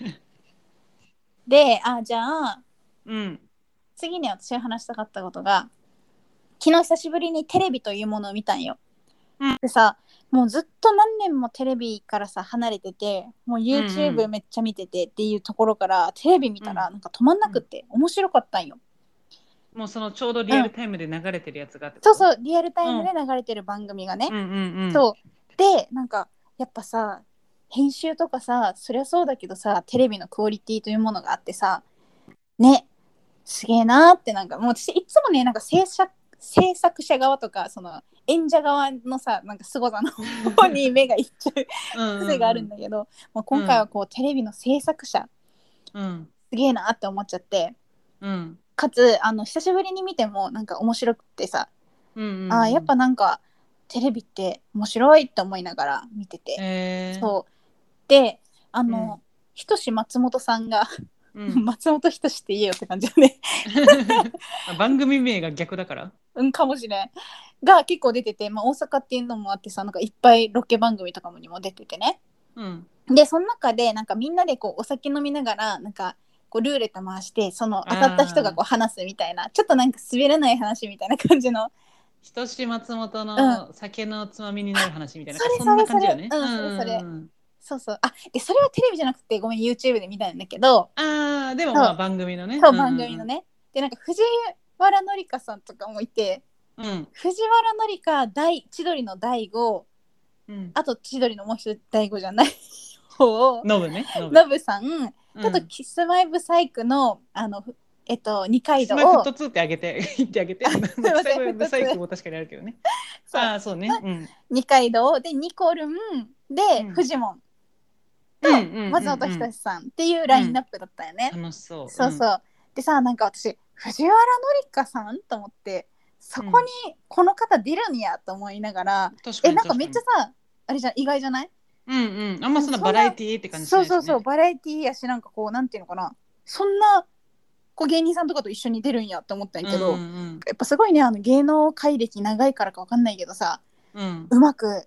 であじゃあうん次に私が話したかったことが昨日久しぶりにテレビというものを見たんよ。うんでさもうずっと何年もテレビからさ離れててもううんう YouTube んめっちゃ見ててっていうところから、テレビ見たらなんか止まんなくって、面白かったんよ。もうそのちょうどリアルタイムで流れてるやつがあって、そうそうリアルタイムで流れてる番組がね。うんうんうんそうでなんかやっぱさ編集とかさそりゃそうだけどさテレビのクオリティというものがあってさねすげえなーってなんかもう私いつもねなんか制作制作者側とかその演者側のさなんか凄さ の方に目がいっちゃうんううんうん癖があるんだけど、もう今回はこうテレビの制作者うんすげえなーって思っちゃってうんかつあの久しぶりに見てもなんか面白くってさ、うんうんあーやっぱなんかテレビって面白いって思いながら見てて。えー、そうであうの、んひとし松本さんが、う ん、松本人志って言えよって感じだね 番組名が逆だからうんかもしれんが結構出てて、まあ、大阪っていうのもあってさなんかいっぱいロケ番組とかにも出ててねうんでその中でなんかみんなでこうお酒飲みながらなんかこうルーレット回してその当たった人がこう話すみたいなちょっとなんか滑らない話みたいな感じの人志松本の酒のつまみになる話みたいな、あそれんな感じよねそれそれうんそれそれんんそうそうあでそれはテレビじゃなくてごめん YouTube で見たんだけどあーでもそうまあ番組のねそう番組のね、でなんか藤原紀香さんとかもいてうんうん藤原紀香大千鳥の大悟うんあと千鳥のもう一人大悟じゃない 方をノブねノブノブさんうんあとキスマイブサイクのあのふえっと二階キス堂マイフッをトツーってあげて、 言ってあげて。キスませんマイブサイクも確かにあるけどね。そうああ、そうね。うん。二階堂でニコルンでうんフジモンうんうんうんうとん松本人志さんっていうラインナップだったよね。楽しそう。そううそうでさなんか私藤原紀香さんと思ってそこにこの方出るんやと思いながらん。、確えなんかめっちゃ確さあれじゃん意外じゃないかにうんうん。あんまそんなバラエティーって感じしないそうですねそうそうバラエティーやしなんかこうなんていうのかなそんなこう芸人さんとかと一緒に出るんやって思ったんやけど、うやんっぱすごいねあの芸能界歴長いからかわかんないけどさうんうん。うまく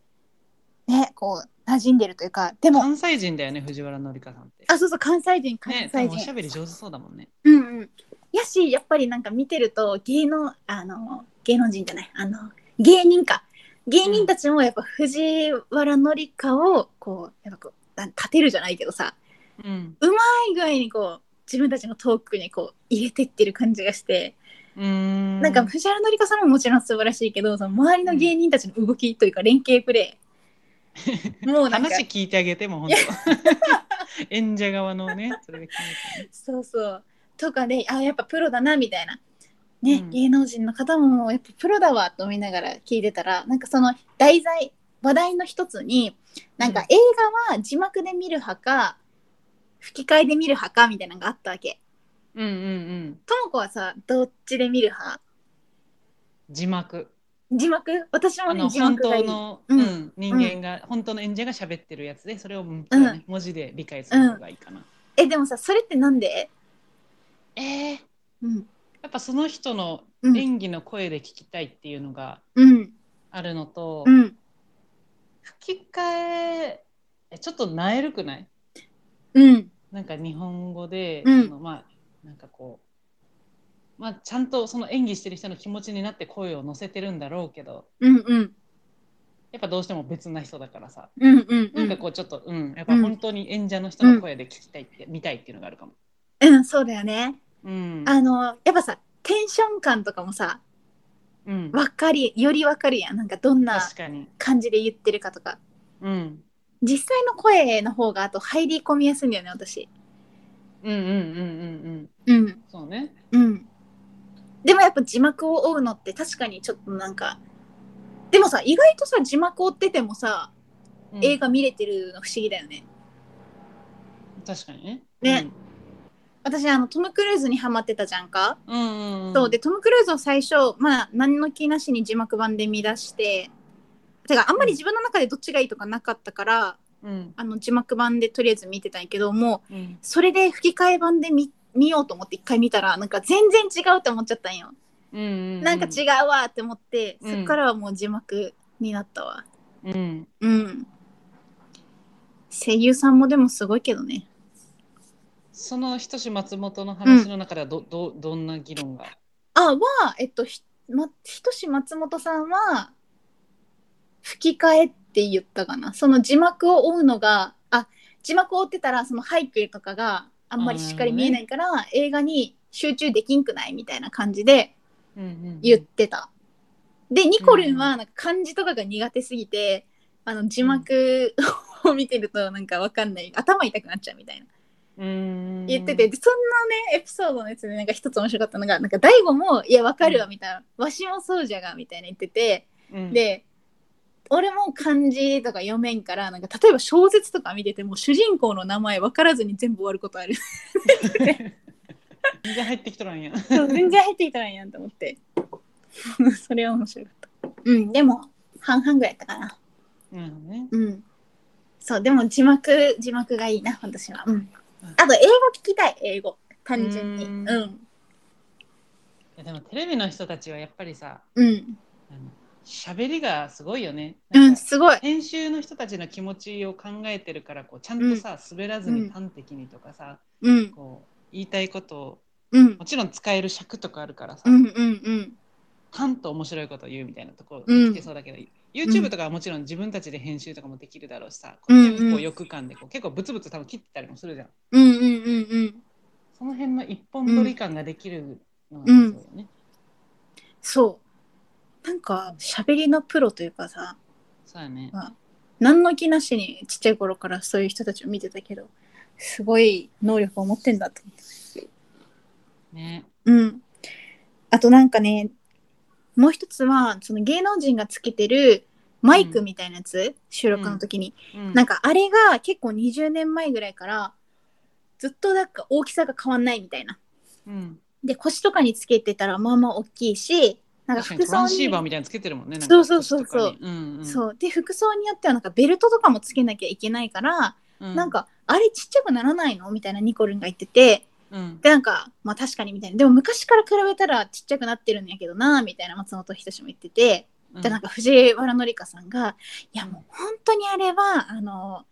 ねこう馴染んでるというかでも関西人だよね、藤原紀香さんって。あそうそう関西人関ね、多西分おしゃ人、べり上手そうだもんね。うんうんやしやっぱりなんか見てると芸能あの芸能人じゃないあの芸人か芸人たちもやっぱ藤原紀香をこうやっぱこうなん立てるじゃないけどさうん。海外にこう自分たちのトークにこう入れてってる感じがして、うーん。なんか藤原紀香さんももちろん素晴らしいけどその周りの芸人たちの動きというか連携プレ ー、もうなんか話聞いてあげて も、本当。演者側のね、それが聞いてねそうそうとかであやっぱプロだなみたいな、ねうん芸能人の方ももうやっぱプロだわと思いながら聞いてたらなんかその題材話題の一つになんかうん映画は字幕で見る派か吹き替えで見る派かみたいなのがあったわけうんうんうん。ともこはさどっちで見る派字幕。字幕私もあ ねの字本幕がい当いの、うんうん人間が、本当の演者が喋ってるやつでそれを、うんそうだね文字で理解する方がいいかな。えでもさそれってなんでえーうんやっぱその人のうん演技の声で聞きたいっていうのがうんあるのと、うん吹き替ええちょっとなえるくないうんなんか日本語で、うんそのまあなんかこう、まあ、ちゃんとその演技してる人の気持ちになって声を乗せてるんだろうけどうんうんやっぱどうしても別な人だからさうんうんうなんかんこうちょっと、うんやっぱ本当に演者の人の声で聞きたいって、見たいっていうのがあるかも。うんそうだよねうん、あのやっぱさテンション感とかもさうん、わかりよりわかるやんなんかどんな確かに、感じで言ってるかとかうん、実際の声の方があと入り込みやすいんだよね私うんうんうんうんうんうんそうねうんでもやっぱ字幕を追うのって確かにちょっとなんかでもさ意外とさ字幕追っててもさ、うん映画見れてるの不思議だよね確かにね。ね私あのトム・クルーズにハマってたじゃんか、うん。うんうんうん、そうでトム・クルーズを最初まあ何の気なしに字幕版で見出しててかあんまり自分の中でどっちがいいとかなかったから、うんあの字幕版でとりあえず見てたんやけどもううん、それで吹き替え版で見見ようと思って一回見たらなんか全然違うと思っちゃったんよ、うんうん、なんか違うわって思って、うんそっからはもう字幕になったわうん、うん、うん声優さんもでもすごいけどねその人志松本の話の中ではど、どどんな議論があはえっとひ,、ま、ひとし松本さんは吹き替えって言ったかなその字幕を追うのがあ字幕を追ってたらその背景とかがあんまりしっかり見えないから、映画に集中できんくないみたいな感じでうんうん言ってた。でニコルンはなんか漢字とかが苦手すぎて、あの字幕を見てるとなんかわかんない頭痛くなっちゃうみたいなうん言ってて、でそんなねエピソードのやつでなんか一つ面白かったのがなんか大悟も「いやわかるわ」みたいな「わしもそうじゃが」みたいな言っててうん、で俺も漢字とか読めんからなんか例えば小説とか見てても主人公の名前分からずに全部終わることある 全然入ってきとらんや。そう全然入っていたらいいやんと思って それは面白かったうんでも半々ぐらいだったかななるほどね。うん。そう、でも字幕、字幕がいいな、私は。うん。あと、英語聞きたい、英語。単純に。ううんん。いやでもテレビの人たちはやっぱりさ、うん。あの喋りがすごいよね。うなんん、かすごい。編集の人たちの気持ちを考えてるからこうちゃんとさ、滑らずに端的にとかさ、うん。こう言いたいことをうんも。ちろん使える尺とかあるからさ、うん。うん。うん。パンと面白いことを言うみたいなとこうんできてそうだけど、YouTube とかはもちろん自分たちで編集とかもできるだろうしさ、うんうんこう結構欲感でこう結構ブツブツ多分切ってたりもするじゃんうん。うん。うん。うん。その辺の一本取り感ができるのがうそうんよね、そう。なんか、喋りのプロというかさ、そうやね何の気なしにちっちゃい頃からそういう人たちを見てたけど、すごい能力を持ってんだと思って。ねうん。あとなんかね、もう一つは、その芸能人がつけてるマイクみたいなやつ、収録の時に、うんなんかあれが結構20年前ぐらいからずっとなんか大きさが変わんないみたいな。うんで腰とかにつけてたらまあまあ大きいしなんか確かに服トラ装ンシーバーにみたいにつけてるもんねなんそうかそうそう腰とかにうんうんそうで服装によってはなんかベルトとかもつけなきゃいけないから、うんなんかあれちっちゃくならないのみたいなニコルンが言っててうんでなんかまあ確かにみたいなでも昔から比べたらちっちゃくなってるんやけどなみたいな松本人志も言ってて。うんでなんか藤原紀香さんが「いやもう本当にあれはあの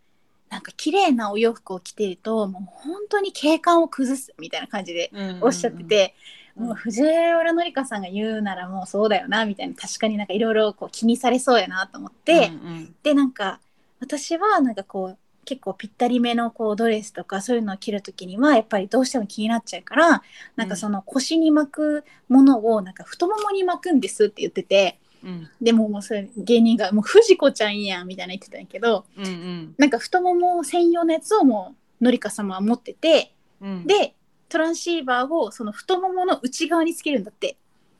なんか綺麗なお洋服を着てるともう本当に景観を崩す」みたいな感じでうんうんうんおっしゃってて、うんもう藤原紀香さんが言うならもうそうだよなみたいな確かになんかいろいろこう気にされそうやなと思って、うんうんでなんか私はなんかこう結構ぴったりめのこうドレスとかそういうのを着る時にはやっぱりどうしても気になっちゃうからなんかその腰に巻くものをなんか太ももに巻くんですって言ってて。うんでももうそれ芸人が「もう藤子ちゃんやん」みたいな言ってたんやけどうんうんなんか太もも専用のやつをもうのりか様は持っててうんでトランシーバーをその太ももの内側につけるんだって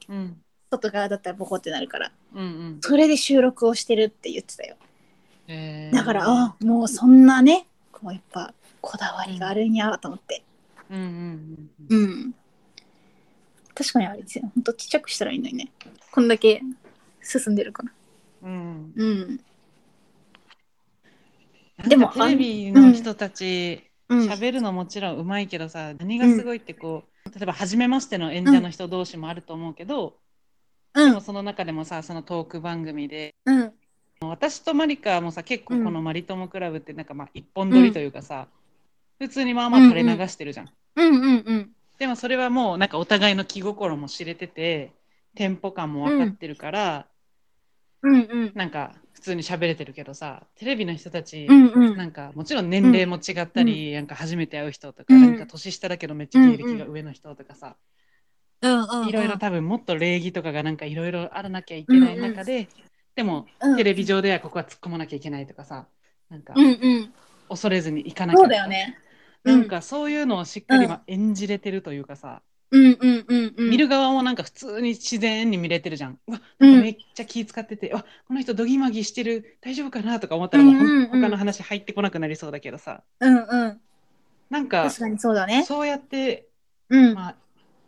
うん外側だったらボコってなるからうんうんそれで収録をしてるって言ってたよへーだからあもうそんなねこうやっぱこだわりがあるんやと思ってうんうんうんうんうん確かにあれですよほんとちっちゃくしたらいいのにねこんだけ進んでるからうんうんうんでもテレビの人たちうん喋るのもちろんうまいけどさ、何がすごいってこう、例えば初めましての演者の人同士もあると思うけど、うでもんその中でもさそのトーク番組でうん私とマリカもさ結構こうの「マリトモクラブ」ってなんかまあ一本撮りというかさ、普通にまあまあ垂れ流してるじゃん、うんうんうんでもそれはもうなんかお互いの気心も知れててテンポ感も分かってるから、うんうんなんか普通に喋れてるけどさテレビの人たち、うんうんなんかもちろん年齢も違ったり、なんか初めて会う人とか、うんなんか年下だけどめっちゃ芸歴が上の人とかさ、うんうんいろいろ多分もっと礼儀とかがなんかいろいろあらなきゃいけない中で、でもテレビ上ではここは突っ込まなきゃいけないとかさなんかうんうん恐れずに行かなきゃそとうかだよねなんかそういうのをしっかりうんまあ演じれてるというかさ、うんうんうんうん見る側もなんか普通に自然に見れてるじゃんうわうめんっちゃ気使ってて、うわこの人どぎまぎしてる大丈夫かなとか思ったら、うんもううんうん他の話入ってこなくなりそうだけどさうんうんなんか確かにそうだねそうやって、うんまあ、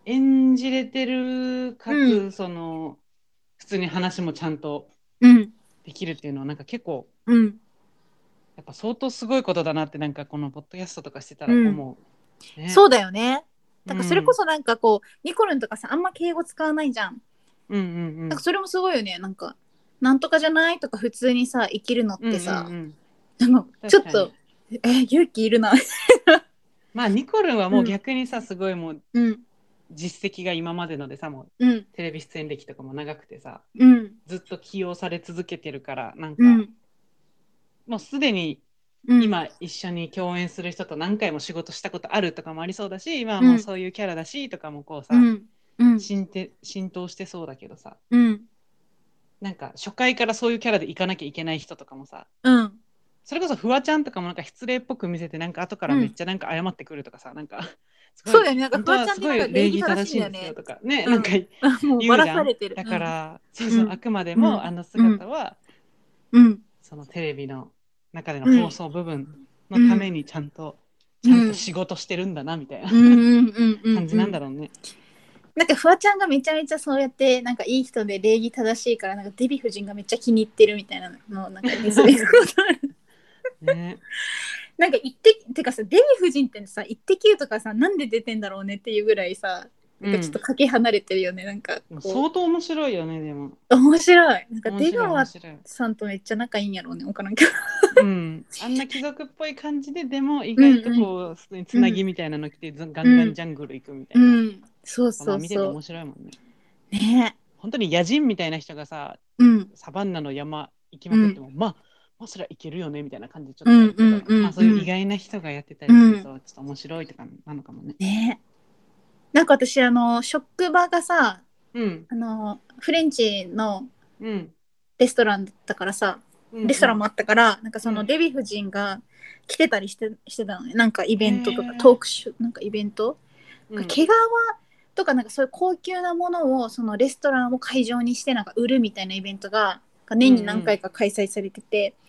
演じれてるかつ、うその普通に話もちゃんとうんできるっていうのはなんか結構うんやっぱ相当すごいことだなってなんかこのポッドキャストとかしてたらうん思う、ねそうだよねだからそれこそ、そなんかこう、ニコルンとかさあんま敬語使わないじゃんうんうんうん、なんかそれもすごいよねなんか「なんとかじゃない?」とか普通にさ生きるのっうんうんうんてさ、なんかちょっと確かに「え勇気いるな」まあニコルンはもううん逆にさ、すごいもううん実績が今までのでさもううんテレビ出演歴とかも長くてさうんずっと起用され続けてるからなんか、うんもうすでにうん今一緒に共演する人と何回も仕事したことあるとかもありそうだし今はもうそういうキャラだしとかもこうさ、うんうん浸て浸透してそうだけどさうんなんか初回からそういうキャラで行かなきゃいけない人とかもさうんそれこそフワちゃんとかもなんか失礼っぽく見せてなんか後からめっちゃなんか謝ってくるとかさ、なんか すごいそうだよねなんか本当フワはちゃんっすてごなんかい礼礼儀儀正正ししいいんんでだよすねよとかね、うんなんかあもう言うバじラゃさんれてるだから、そうそう、うんあくまでも、うんあの姿は、うんうんそのテレビの中での放送部分のためにちゃんと、うちんゃんと仕事してるんだなみたいなうんうんうんうん感じなんだろうね。なんかフワちゃんがめちゃめちゃそうやってなんかいい人で礼儀正しいからなんかデヴィ夫人がめっちゃ気に入ってるみたいなのをなんかねそういうことあるねなんか一滴てかさデヴィ夫人ってさ「イッテ Q!」とかさなんで出てんだろうねっていうぐらいさうなんんかちょっとかけ離れてるよね、なんかでもこ相当面白いよねでも。う面白いなんか面出白い川面白いさんとめっちゃ仲いいんやろうね分からんけどうん、あんな貴族っぽい感じででも意外とこう、つなぎみたいなの着てずガンガンジャングル行くみ たいうな、んそうまそあう見ててそ面白いもんねうね本当に野人みたいな人がさうんサバンナの山行きまくっても、まあまあそりゃいけるよねみたいな感じでちょっとうんやるけど、うんうんまあ、そういう意外な人がやってたりすると、ちょっと面白いとかなのかもねねなんか私あの職場がさうんあのフレンチのうん、レストランだったからさうん、レストランもああったから、なんかそのうんデヴィ夫人が来てたりしてしてたのねなんかイベントとか、へートークショーなんかイベント、うん毛皮とかなんかそういう高級なものをそのレストランを会場にしてなんか売るみたいなイベントがなんか年に何回か開催されてて、うん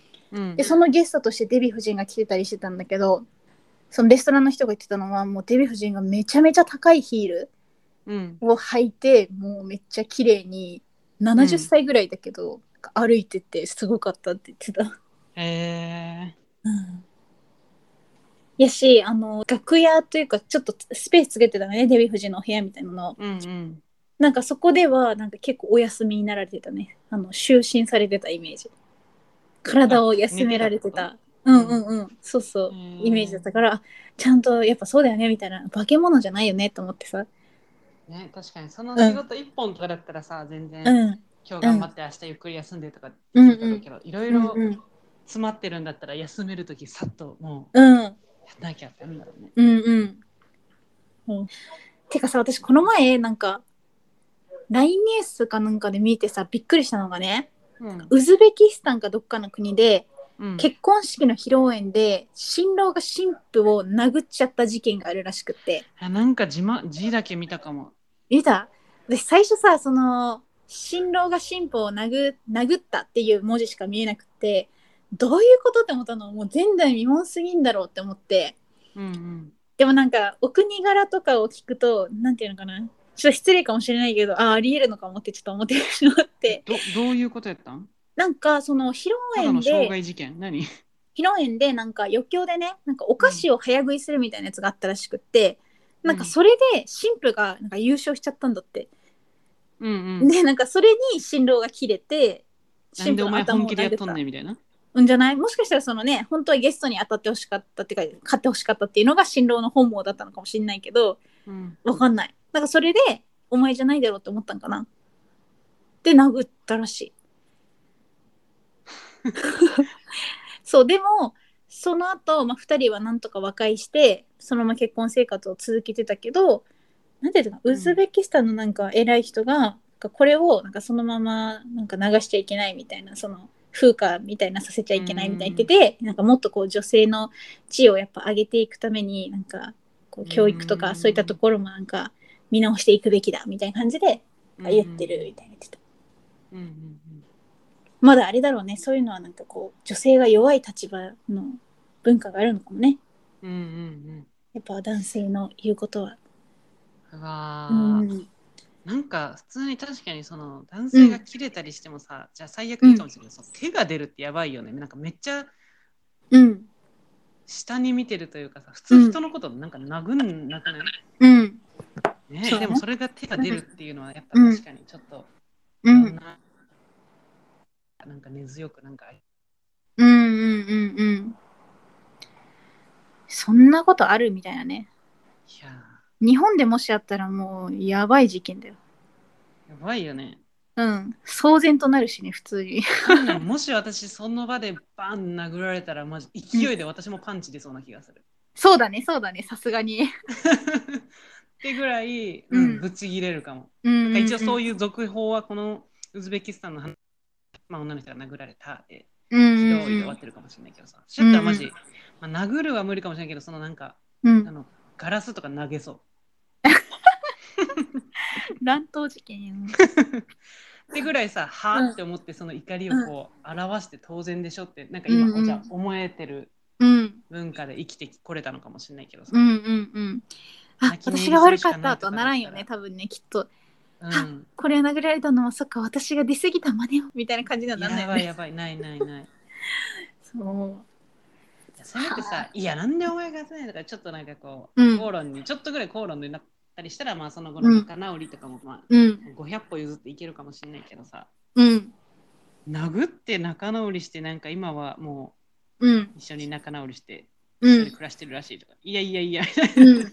でそのゲストとしてデヴィ夫人が来てたりしてたんだけどそのレストランの人が言ってたのはもうデヴィ夫人がめちゃめちゃ高いヒールうんを履いてもうめっちゃ綺麗にう70ん歳ぐらいだけど、なんか歩いててすごかったって言ってた。えやしあの楽屋というかちょっとスペースつけてたのねデヴィ夫人のお部屋みたいなのー、うんうんなんかそこではなんか結構お休みになられてたねあの就寝されてたイメージ体を休められてたうんうんうんそうそううんイメージだったからあちゃんとやっぱそうだよねみたいな化け物じゃないよねと思ってさね確かにその仕事一本とかだったらさ、全然、うん今日頑張って明日ゆっくり休んでとかうでんきるだろうけど、いろいろうん詰まってるんだったら休めるときさっともうんうやんなきゃダメだろうね。うんうんうんてかさ私この前なんか LINE ニュースかなんかで見てさびっくりしたのがねうんウズベキスタンかどっかの国でうん、結婚式の披露宴で新郎が新婦を殴っちゃった事件があるらしくってあなんか字,、ま、字だけ見たかも。見たで最初さその新郎が新婦を殴殴ったっていう文字しか見えなくってどういうことって思ったのもう前代未聞すぎんだろうって思ってうんでもなんかお国柄とかを聞くとなんていうのかなちょっと失礼かもしれないけどあありえるのかもってちょっと思ってしまってどどういうことやったんなんかその披ただ露宴の傷で害事件何 披露宴でなんか余興でねなんかお菓子を早食いするみたいなやつがあったらしくって、うんなんかそれで新婦がなんか優勝しちゃったんだって、うんうん。でなんかそれに新郎が切れてなん新で婦おの前頭本を気投でやっげとたんねんみたいな。うんじゃないもしかしたらそのね本当はゲストに当たってほしかったっていうか買ってほしかったっていうのが新郎の本望だったのかもしれないけどうん。わかんないなんかそれでお前じゃないだろうって思ったんかなで殴ったらしいそうでもその後、まあ、2人はなんとか和解してそのまま結婚生活を続けてたけどなんていうのうんウズベキスタンのなんか偉い人が、なんかこれをなんかそのままなんか流しちゃいけないみたいなその風化みたいなさせちゃいけないみたいな言ってて、なんかもっとこう女性の地位をやっぱ上げていくためになんかこう教育とうかんそういったところもなんか見直していくべきだみたいな感じで言ってるみたいな言ってた。うんうんうん。まだあれだろうねそういうのはなんかこう女性が弱い立場の文化があるのかもねうんうんやっぱ男性の言うことは。うん。うわうーんなんか普通に確かにその男性が切れたりしてもさ、じゃあ最悪いいかもしれないけど、その手が出るってやばいよねなんかめっちゃうん下に見てるというかさ普通人のことなんか殴んなくない、うんねそうだねでもそれが手が出るっていうのはやっぱ確かにちょっと、ういろんななんか根強くなんかうんうんうんうんそんなことあるみたいなねいや日本でもしあったらもうやばい事件だよーやばいよねうん騒然となるしね普通に こんなんもし私その場でバン殴られたらマジ勢いで私もパンチ出そうな気がする。そうだねそうだねさすがにってぐらい、うんうんぶち切れるかも。うんなんか一応そういいう続報はこのウズベキスタンの話、まあ、女の人が殴られたでうんひうどんいで終わってるかもしれないけどさ。そしたらマジ、まあ、殴るは無理かもしれないけどそのなんかうあんのガラスとか投げそう。乱闘事件ってぐらいさ、はーって思ってその怒りをこう表して当然でしょってなんか今こうじゃあ思えてるうん文化で生きてこれたのかもしれないけどさ。うんうんうんあ泣き寝入り私が悪かったとするはしかないとかだったらならんよね多分ねきっとうんこれ殴られたのはそっか私が出過ぎた真似をみたいな感じにはならなやいよばいねやばいないない ないそせめてさ「いやなんでお前がせない」とかちょっとなんかこう、うん口論にちょっとぐらい口論になったりしたらまあその後の仲直りとかもまあううん500歩譲っていけるかもしれないけどさうん殴って仲直りしてなんか今はもうんう一緒に仲直りしてう一緒にん暮らしてるらしいとか、いやいやいやうん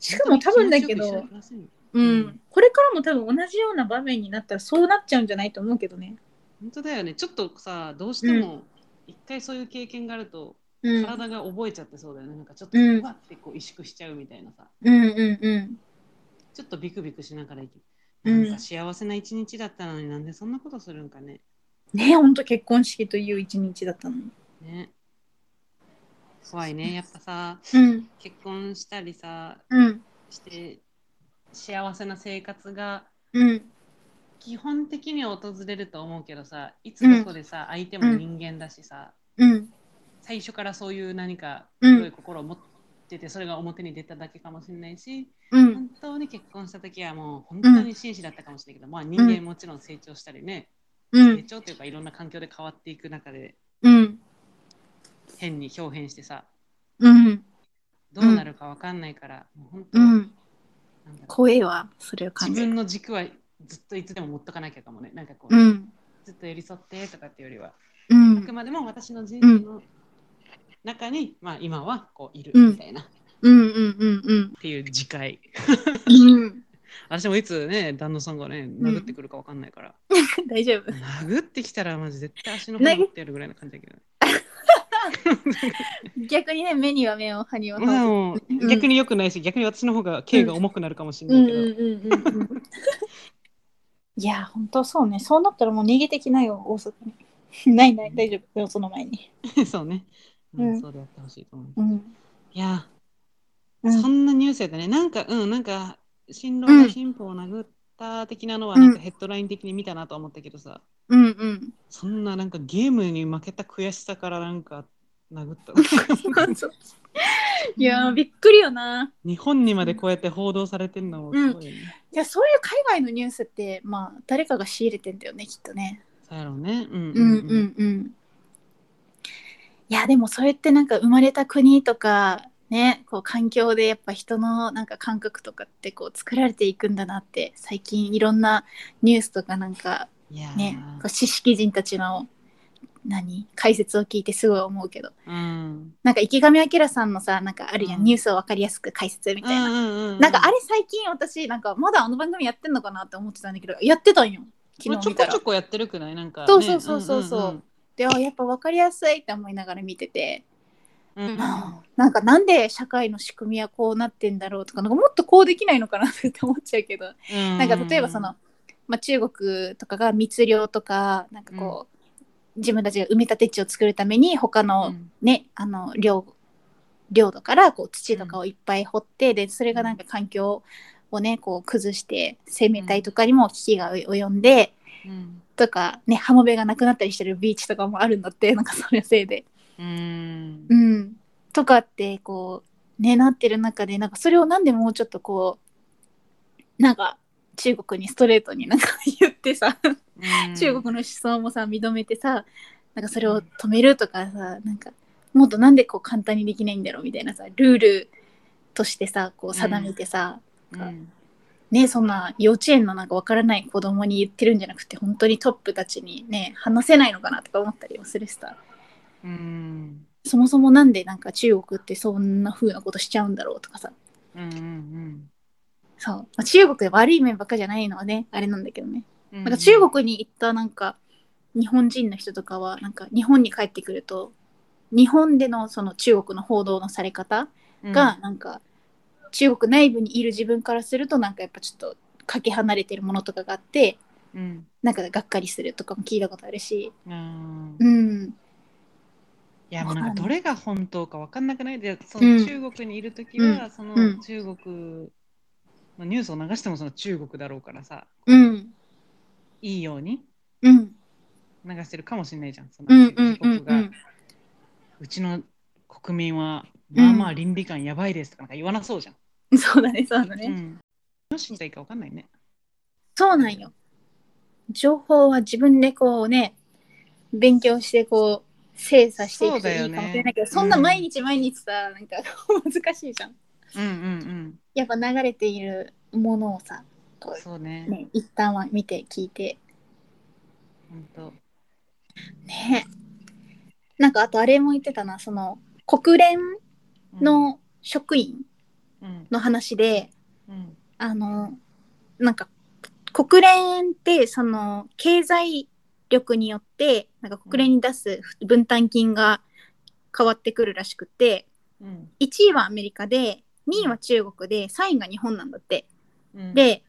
しかも多分だけ気持ちよどく一緒に暮らせるううんんこれからも多分同じような場面になったらそうなっちゃうんじゃないと思うけどね本当だよねちょっとさどうしても一回そういう経験があるとうんうん体が覚えちゃってそうだよねなんかちょっとうんうわってこう萎縮しちゃうみたいなさ、うんうんちょっとビクビクしながら生きうる。んなんか幸せな一日だったのになんでそんなことするんかね。ねほんと結婚式という一日だったのにね。怖いね。やっぱさ、うん結婚したりさ、うんして幸せな生活がうん基本的には訪れると思うけどさ、いつどこでさ、相手も人間だしさ、うん最初からそういう何かうん黒い心を持ってて、それが表に出ただけかもしれないし、うん本当に結婚した時はもう本当に紳士だったかもしれないけど、まあ人間もちろん成長したりね、う成ん長というかいろんな環境で変わっていく中でうん変に表変してさうんどうなるかわかんないから、もう本当、うんなんだろう怖えわそれを感自じる分の軸はずっといつでも持っとかなきゃかもねなんかこう、うんずっと寄り添ってとかっていうよりはうあくんまでも私の人生の中に、まあ今はこういるみたいな、っうんうんうんうんていう自戒うん私もいつね旦那さんがね殴ってくるかわかんないから、大丈夫殴ってきたらマジ絶対足の骨折ってやるぐらいな感じだけど、ね逆にね目には目を歯には歯をもううん逆に良くないし逆に私の方が刑が重くなるかもしれなういんけど、うんうんうんうんいや本当そうねそうなったらもう逃げてきなよ大阪に ないない大丈夫でもその前に そうね、うんうんそうでやってほしいと思う。うんいやー、うんそんなニュースやったね。なんか、うん、なんか、新郎が新婦を殴った的なのは、なんかヘッドライン的に見たなと思ったけどさ、うんうんそんななんかゲームに負けた悔しさからなんか、殴った。 いやーびっくりよな。日本にまでこうやって報道されてるのもすごいね。じゃそういう海外のニュースってまあ誰かが仕入れてんだよねきっとね。そうやろうね。うんうんうんうん。いやでもそれってなんか生まれた国とかねこう環境でやっぱ人のなんか感覚とかってこう作られていくんだなって最近いろんなニュースとかなんかいやーねこう知識人たちの何解説を聞いてすごい思うけどうん。なんか池上彰さんのさなんかあるやうん、んニュースを分かりやすく解説みたいな、なんかあれ最近私なんかまだあの番組やってんのかなって思ってたんだけどやってたんよちょ昨日こ見たちらょ。こやってるくないなんか、ね。そうそうそうそうそううんうんであやっぱ分かりやすいって思いながら見てて、うん。うん なんかなんで社会の仕組みはこうなってんだろうとかなんかもっとこうできないのかなって思っちゃうけど、なんか例えばその、、まあ、中国とかが密漁とかなんかこう、自分たちが埋め立て地を作るために他うんのね、あの領領土からこう土とかをいっぱい掘って、でそれがなんか環境をねこう崩して生命体とかにも危機が及んで、うんとかね浜辺がなくなったりしてるビーチとかもあるんだってなんかそれせいで。うんうん、とかってこうねなってる中でなんかそれをなんでもうちょっとこうなんか中国にストレートになんか言ってさ、うん中国の思想もさ認めてさなんかそれを止めるとかさなんかもっとなんでこう簡単にできないんだろうみたいなさルールとしてさこう定めてさ、うんねそんな幼稚園のなんかわからない子供に言ってるんじゃなくて本当にトップたちにね話せないのかなとか思ったりもするしさ。うんそもそもなんでなんか中国ってそんな風なことしちゃうんだろうとかさうんうんそう、まあ中国で悪い面ばっかじゃないのはねあれなんだけどね、うんなんか中国に行ったなんか日本人の人とかはなんか日本に帰ってくると日本でのその中国の報道のされ方がなんか、中国内部にいる自分からするとなんかやっぱちょっとかけ離れてるものとかがあってうんなんかがっかりするとかも聞いたことあるしうんうんいやもわうかんなんないかどれが本当か分かんなくないでそうんの中国にいる時は、そのうん中国のニュースを流してもその中国だろうからさうんいいようにうん流してるかもしれないじゃんそのうん自うんうん国うが、うんちの国民はうんまあまあ倫理観やばいですとかなんか言わなそうじゃん。うんそうだねそうだね、うん、どうしたらいいか分かんないね。そうなんよ。情報は自分でこうね、勉強してこう、精査していくといいかもしれないけど、そ,、そうだよねんなうん毎日毎日さ、なんか難しいじゃん。うんうんやっぱ流れているものをさ、こうん。そうねう、。ね、一旦は見て聞いて。本当。ね。なんかあとあれも言ってたな、その国連うん、の職員うんの話で、うんあの、なんか国連ってその経済力によってなんか国連に出す分担金が変わってくるらしくてうん1位はアメリカで2位は中国で3位が日本なんだって。うん、で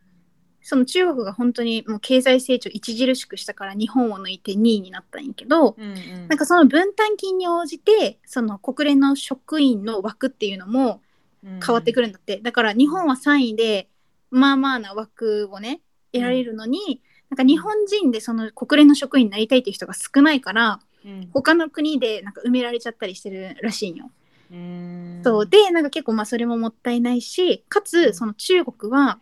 その中国が本当にもう経済成長著しくしたから日本を抜いて2位になったんやけどうんうん、なんかその分担金に応じてその国連の職員の枠っていうのも変変わってくる。るんだって、だから日本は3位でまあまあな枠をね得られるのに、なんか日本人でその国連の職員になりたいっていう人が少ないからうん他の国でなんか埋められちゃったりしてるらしいんよ。うんそうでなんか結構まあそれももったいないしかうつんその中国は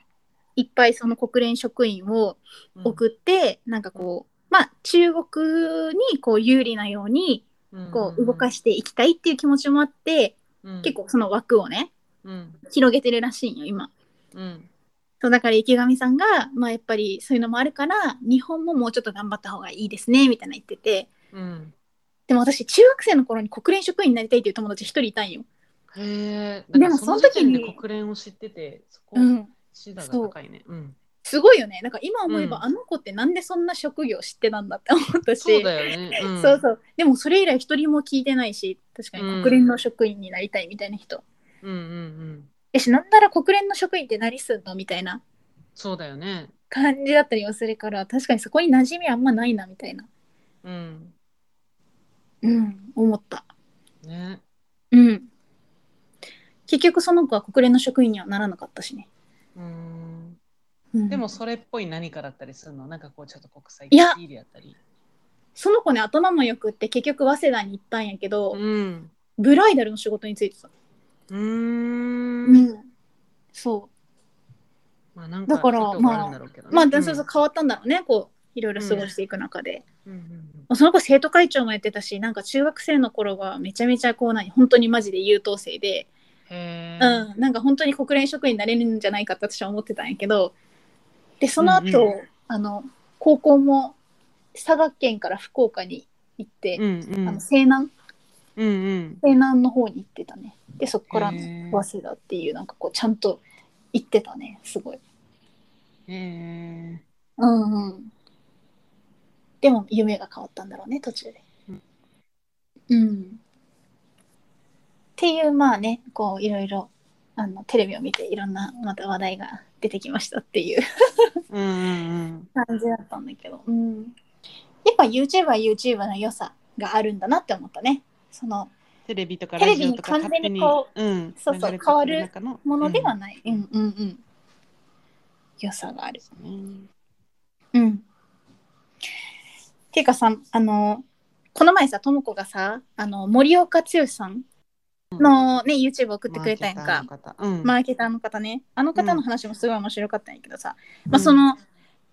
いっぱいその国連職員を送って、なんかこうまあ中国にこう有利なようにこう動かし、していきたいっていう気持ちもあって、うん結、構その枠をねうん広げてるらしいんよ今。うんそうだから池上さんが、まあ、やっぱりそういうのもあるから日本ももうちょっと頑張った方がいいですねみたいな言っててうん、でも私中学生の頃に国連職員になりたいっていう友達一人いたんよ。へえでもその時にで国連を知っててそこうん、シダが高いね、うん、すごいよねなんか今思えば、うんあの子ってなんでそんな職業知ってたんだって思ったしそうだよね、うん、 そうそうでもそれ以来一人も聞いてないし確かに国連の職員になりたいみたいな人。うんうんうんやしなんなら国連の職員って何すんのみたいなそうだよね感じだったりもするから確かにそこに馴染みあんまないなみたいな、うんうん、思った。ねうん。結局その子は国連の職員にはならなかったしね。うんうんでもそれっぽい何かだったりするのなんかこうちょっと国際いや的であったりその子ね頭もよくって結局早稲田に行ったんやけど、うん。ブライダルの仕事についてた、うー。うんん、そまあ、なんかだから意図があるんだろうけどうねまあ、うんそうそう変わったんだろうねこういろいろ過ごしていく中で、うんうんまあその子生徒会長もやってたしなんか中学生の頃はめちゃめちゃこう何本当にマジで優等生で、うんへーうん、なんか本当に国連職員になれるんじゃないかって私は思ってたんやけどでその後、うんうあの高校も佐賀県から福岡に行って、うんうんあの西南うんうん西南の方に行ってたねでそっからへねー早稲田っていうなんかこうちゃんと行ってたねすごい。えうんうん、でも夢が変わったんだろうね途中でうん。うん、っていうまあねこういろいろあのテレビを見ていろんなまた話題が出てきましたっていううんうん感じだったんだけど、 うん、やっぱ YouTuber は YouTuber の良さがあるんだなって思ったね。そのテレビとかテラレジビオにとか完全に勝こ手にうんそうそ流れうてく変わる中のものではうんない、うんうんうん、良さがある。うんうん。ていうかさあのこの前さともこがさあの森岡剛さんの、ね YouTube 送ってくれたやんかマーケターの方うんマーケターの方ねあの方の話もすごい面白かったんやけどさ、まあ、その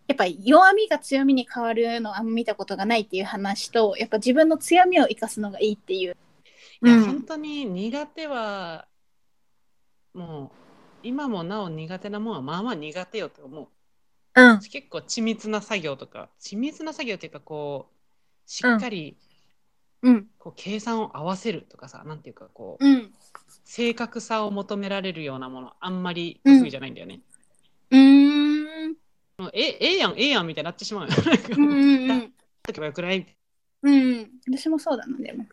やっぱり弱みが強みに変わるのあんま見たことがないっていう話とやっぱ自分の強みを生かすのがいいっていう。いやうん本当に苦手はもう今もなお苦手なもんはまあまあ苦手よと思ううん結構緻密な作業とか緻密な作業っていうかこうしっかりうんこう計算を合わせるとかさ、なんていうかこううん正確さを求められるようなものあんまり得意じゃないんだよね、うーんもうえええやんええやんみたいになってしま うよなんかうんうんうやっんとけばよくないうん私もそうだなでも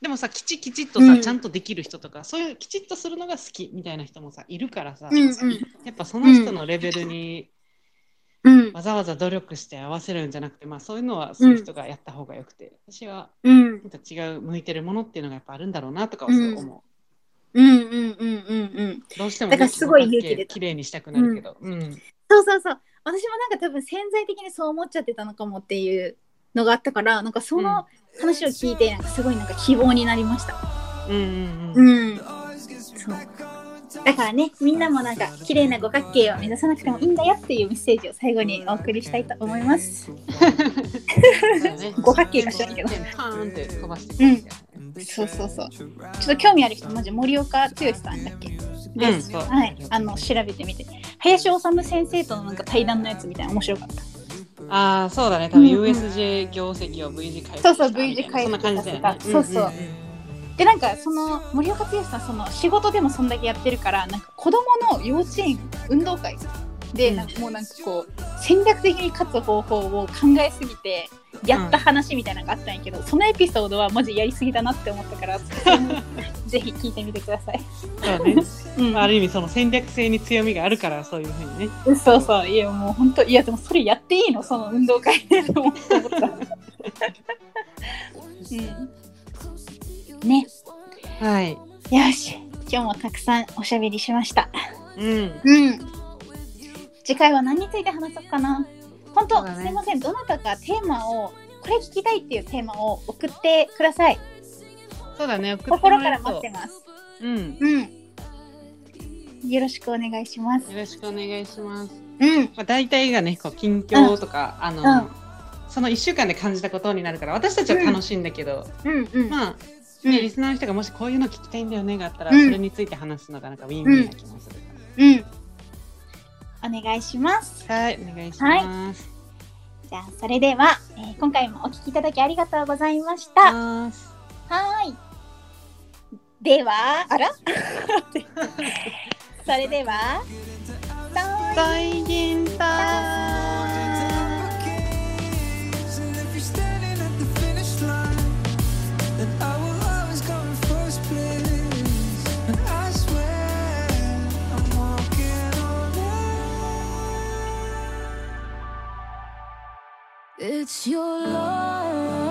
でもさきちきちっとさ、うんちゃんとできる人とかそういうきちっとするのが好きみたいな人もさいるからさ、うんうんやっぱその人のレベルにうんわざわざ努力して合わせるんじゃなくて、まあ、そういうのはそういう人がやった方がよくて、私はうんなんか違う向いてるものっていうのがやっぱあるんだろうなとかはすごい思う、うんうんうんうんうんどうしてもだからすごい勇気出たきれいにしたくなるけど、うんそうそうそう私もなんか多分潜在的にそう思っちゃってたのかもっていうのがあったからなんかその話を聞いてなんかすごいなんか希望になりましたうんうんうんうんそうだからねみんなもなんか綺麗な五角形を目指さなくてもいいんだよっていうメッセージを最後にお送りしたいと思います 五角形が知らんけどパーンって飛ばしてくるみたいなねそうそうそうちょっと興味ある人マジ森岡剛さんだっけうんそうはいあの調べてみて林修先生とのなんか対談のやつみたいな面白かったああそうだね多分うんうん USJ 業績を V 字回復そうそうしたみたい V 字な回そん復な感じだよさねせたそうそうでなんかその森岡剛さんその仕事でもそんだけやってるからなんか子どもの幼稚園運動会で、うんなんかもうなんかこう戦略的に勝つ方法を考えすぎてやった話みたいなのがあったんやけど、そのエピソードはマジやりすぎだなって思った からぜひ聞いてみてください。そうねうん、ある意味その戦略性に強みがあるからそういうふうにねそうそういやもう本当いやでもそれやっていいのその運動会でと思 った。うん、ねはいよし今日もたくさんおしゃべりしました。うんうん。次回は何について話そうかな。本そ当、うだねすいません。どなたかテーマを、これ聞きたいっていうテーマを送ってください。そうだね送っても心からえらると待ってます。うんうん。よろしくお願いします。よろしくお願いしますうん。まあ、大体がねこう近況とか、あの、うんその1週間で感じたことになるから私たちは楽しいんだけど、うんうん。まあ、うんねリスナーの人がもしこういうの聞きたいんだよねがあったら、うんそれについて話すのがなんかウィンウィンな気もするから、うん。お願いします。はいお願いします、じゃあ、それでは、えー今回もお聞きいただきありがとうございましはた。ーいはーい。では、あら それでは、さよ再現うだなら And if you're standing at the finish line, then I will always come in first place. And I swear I'm walking on air. It's your love.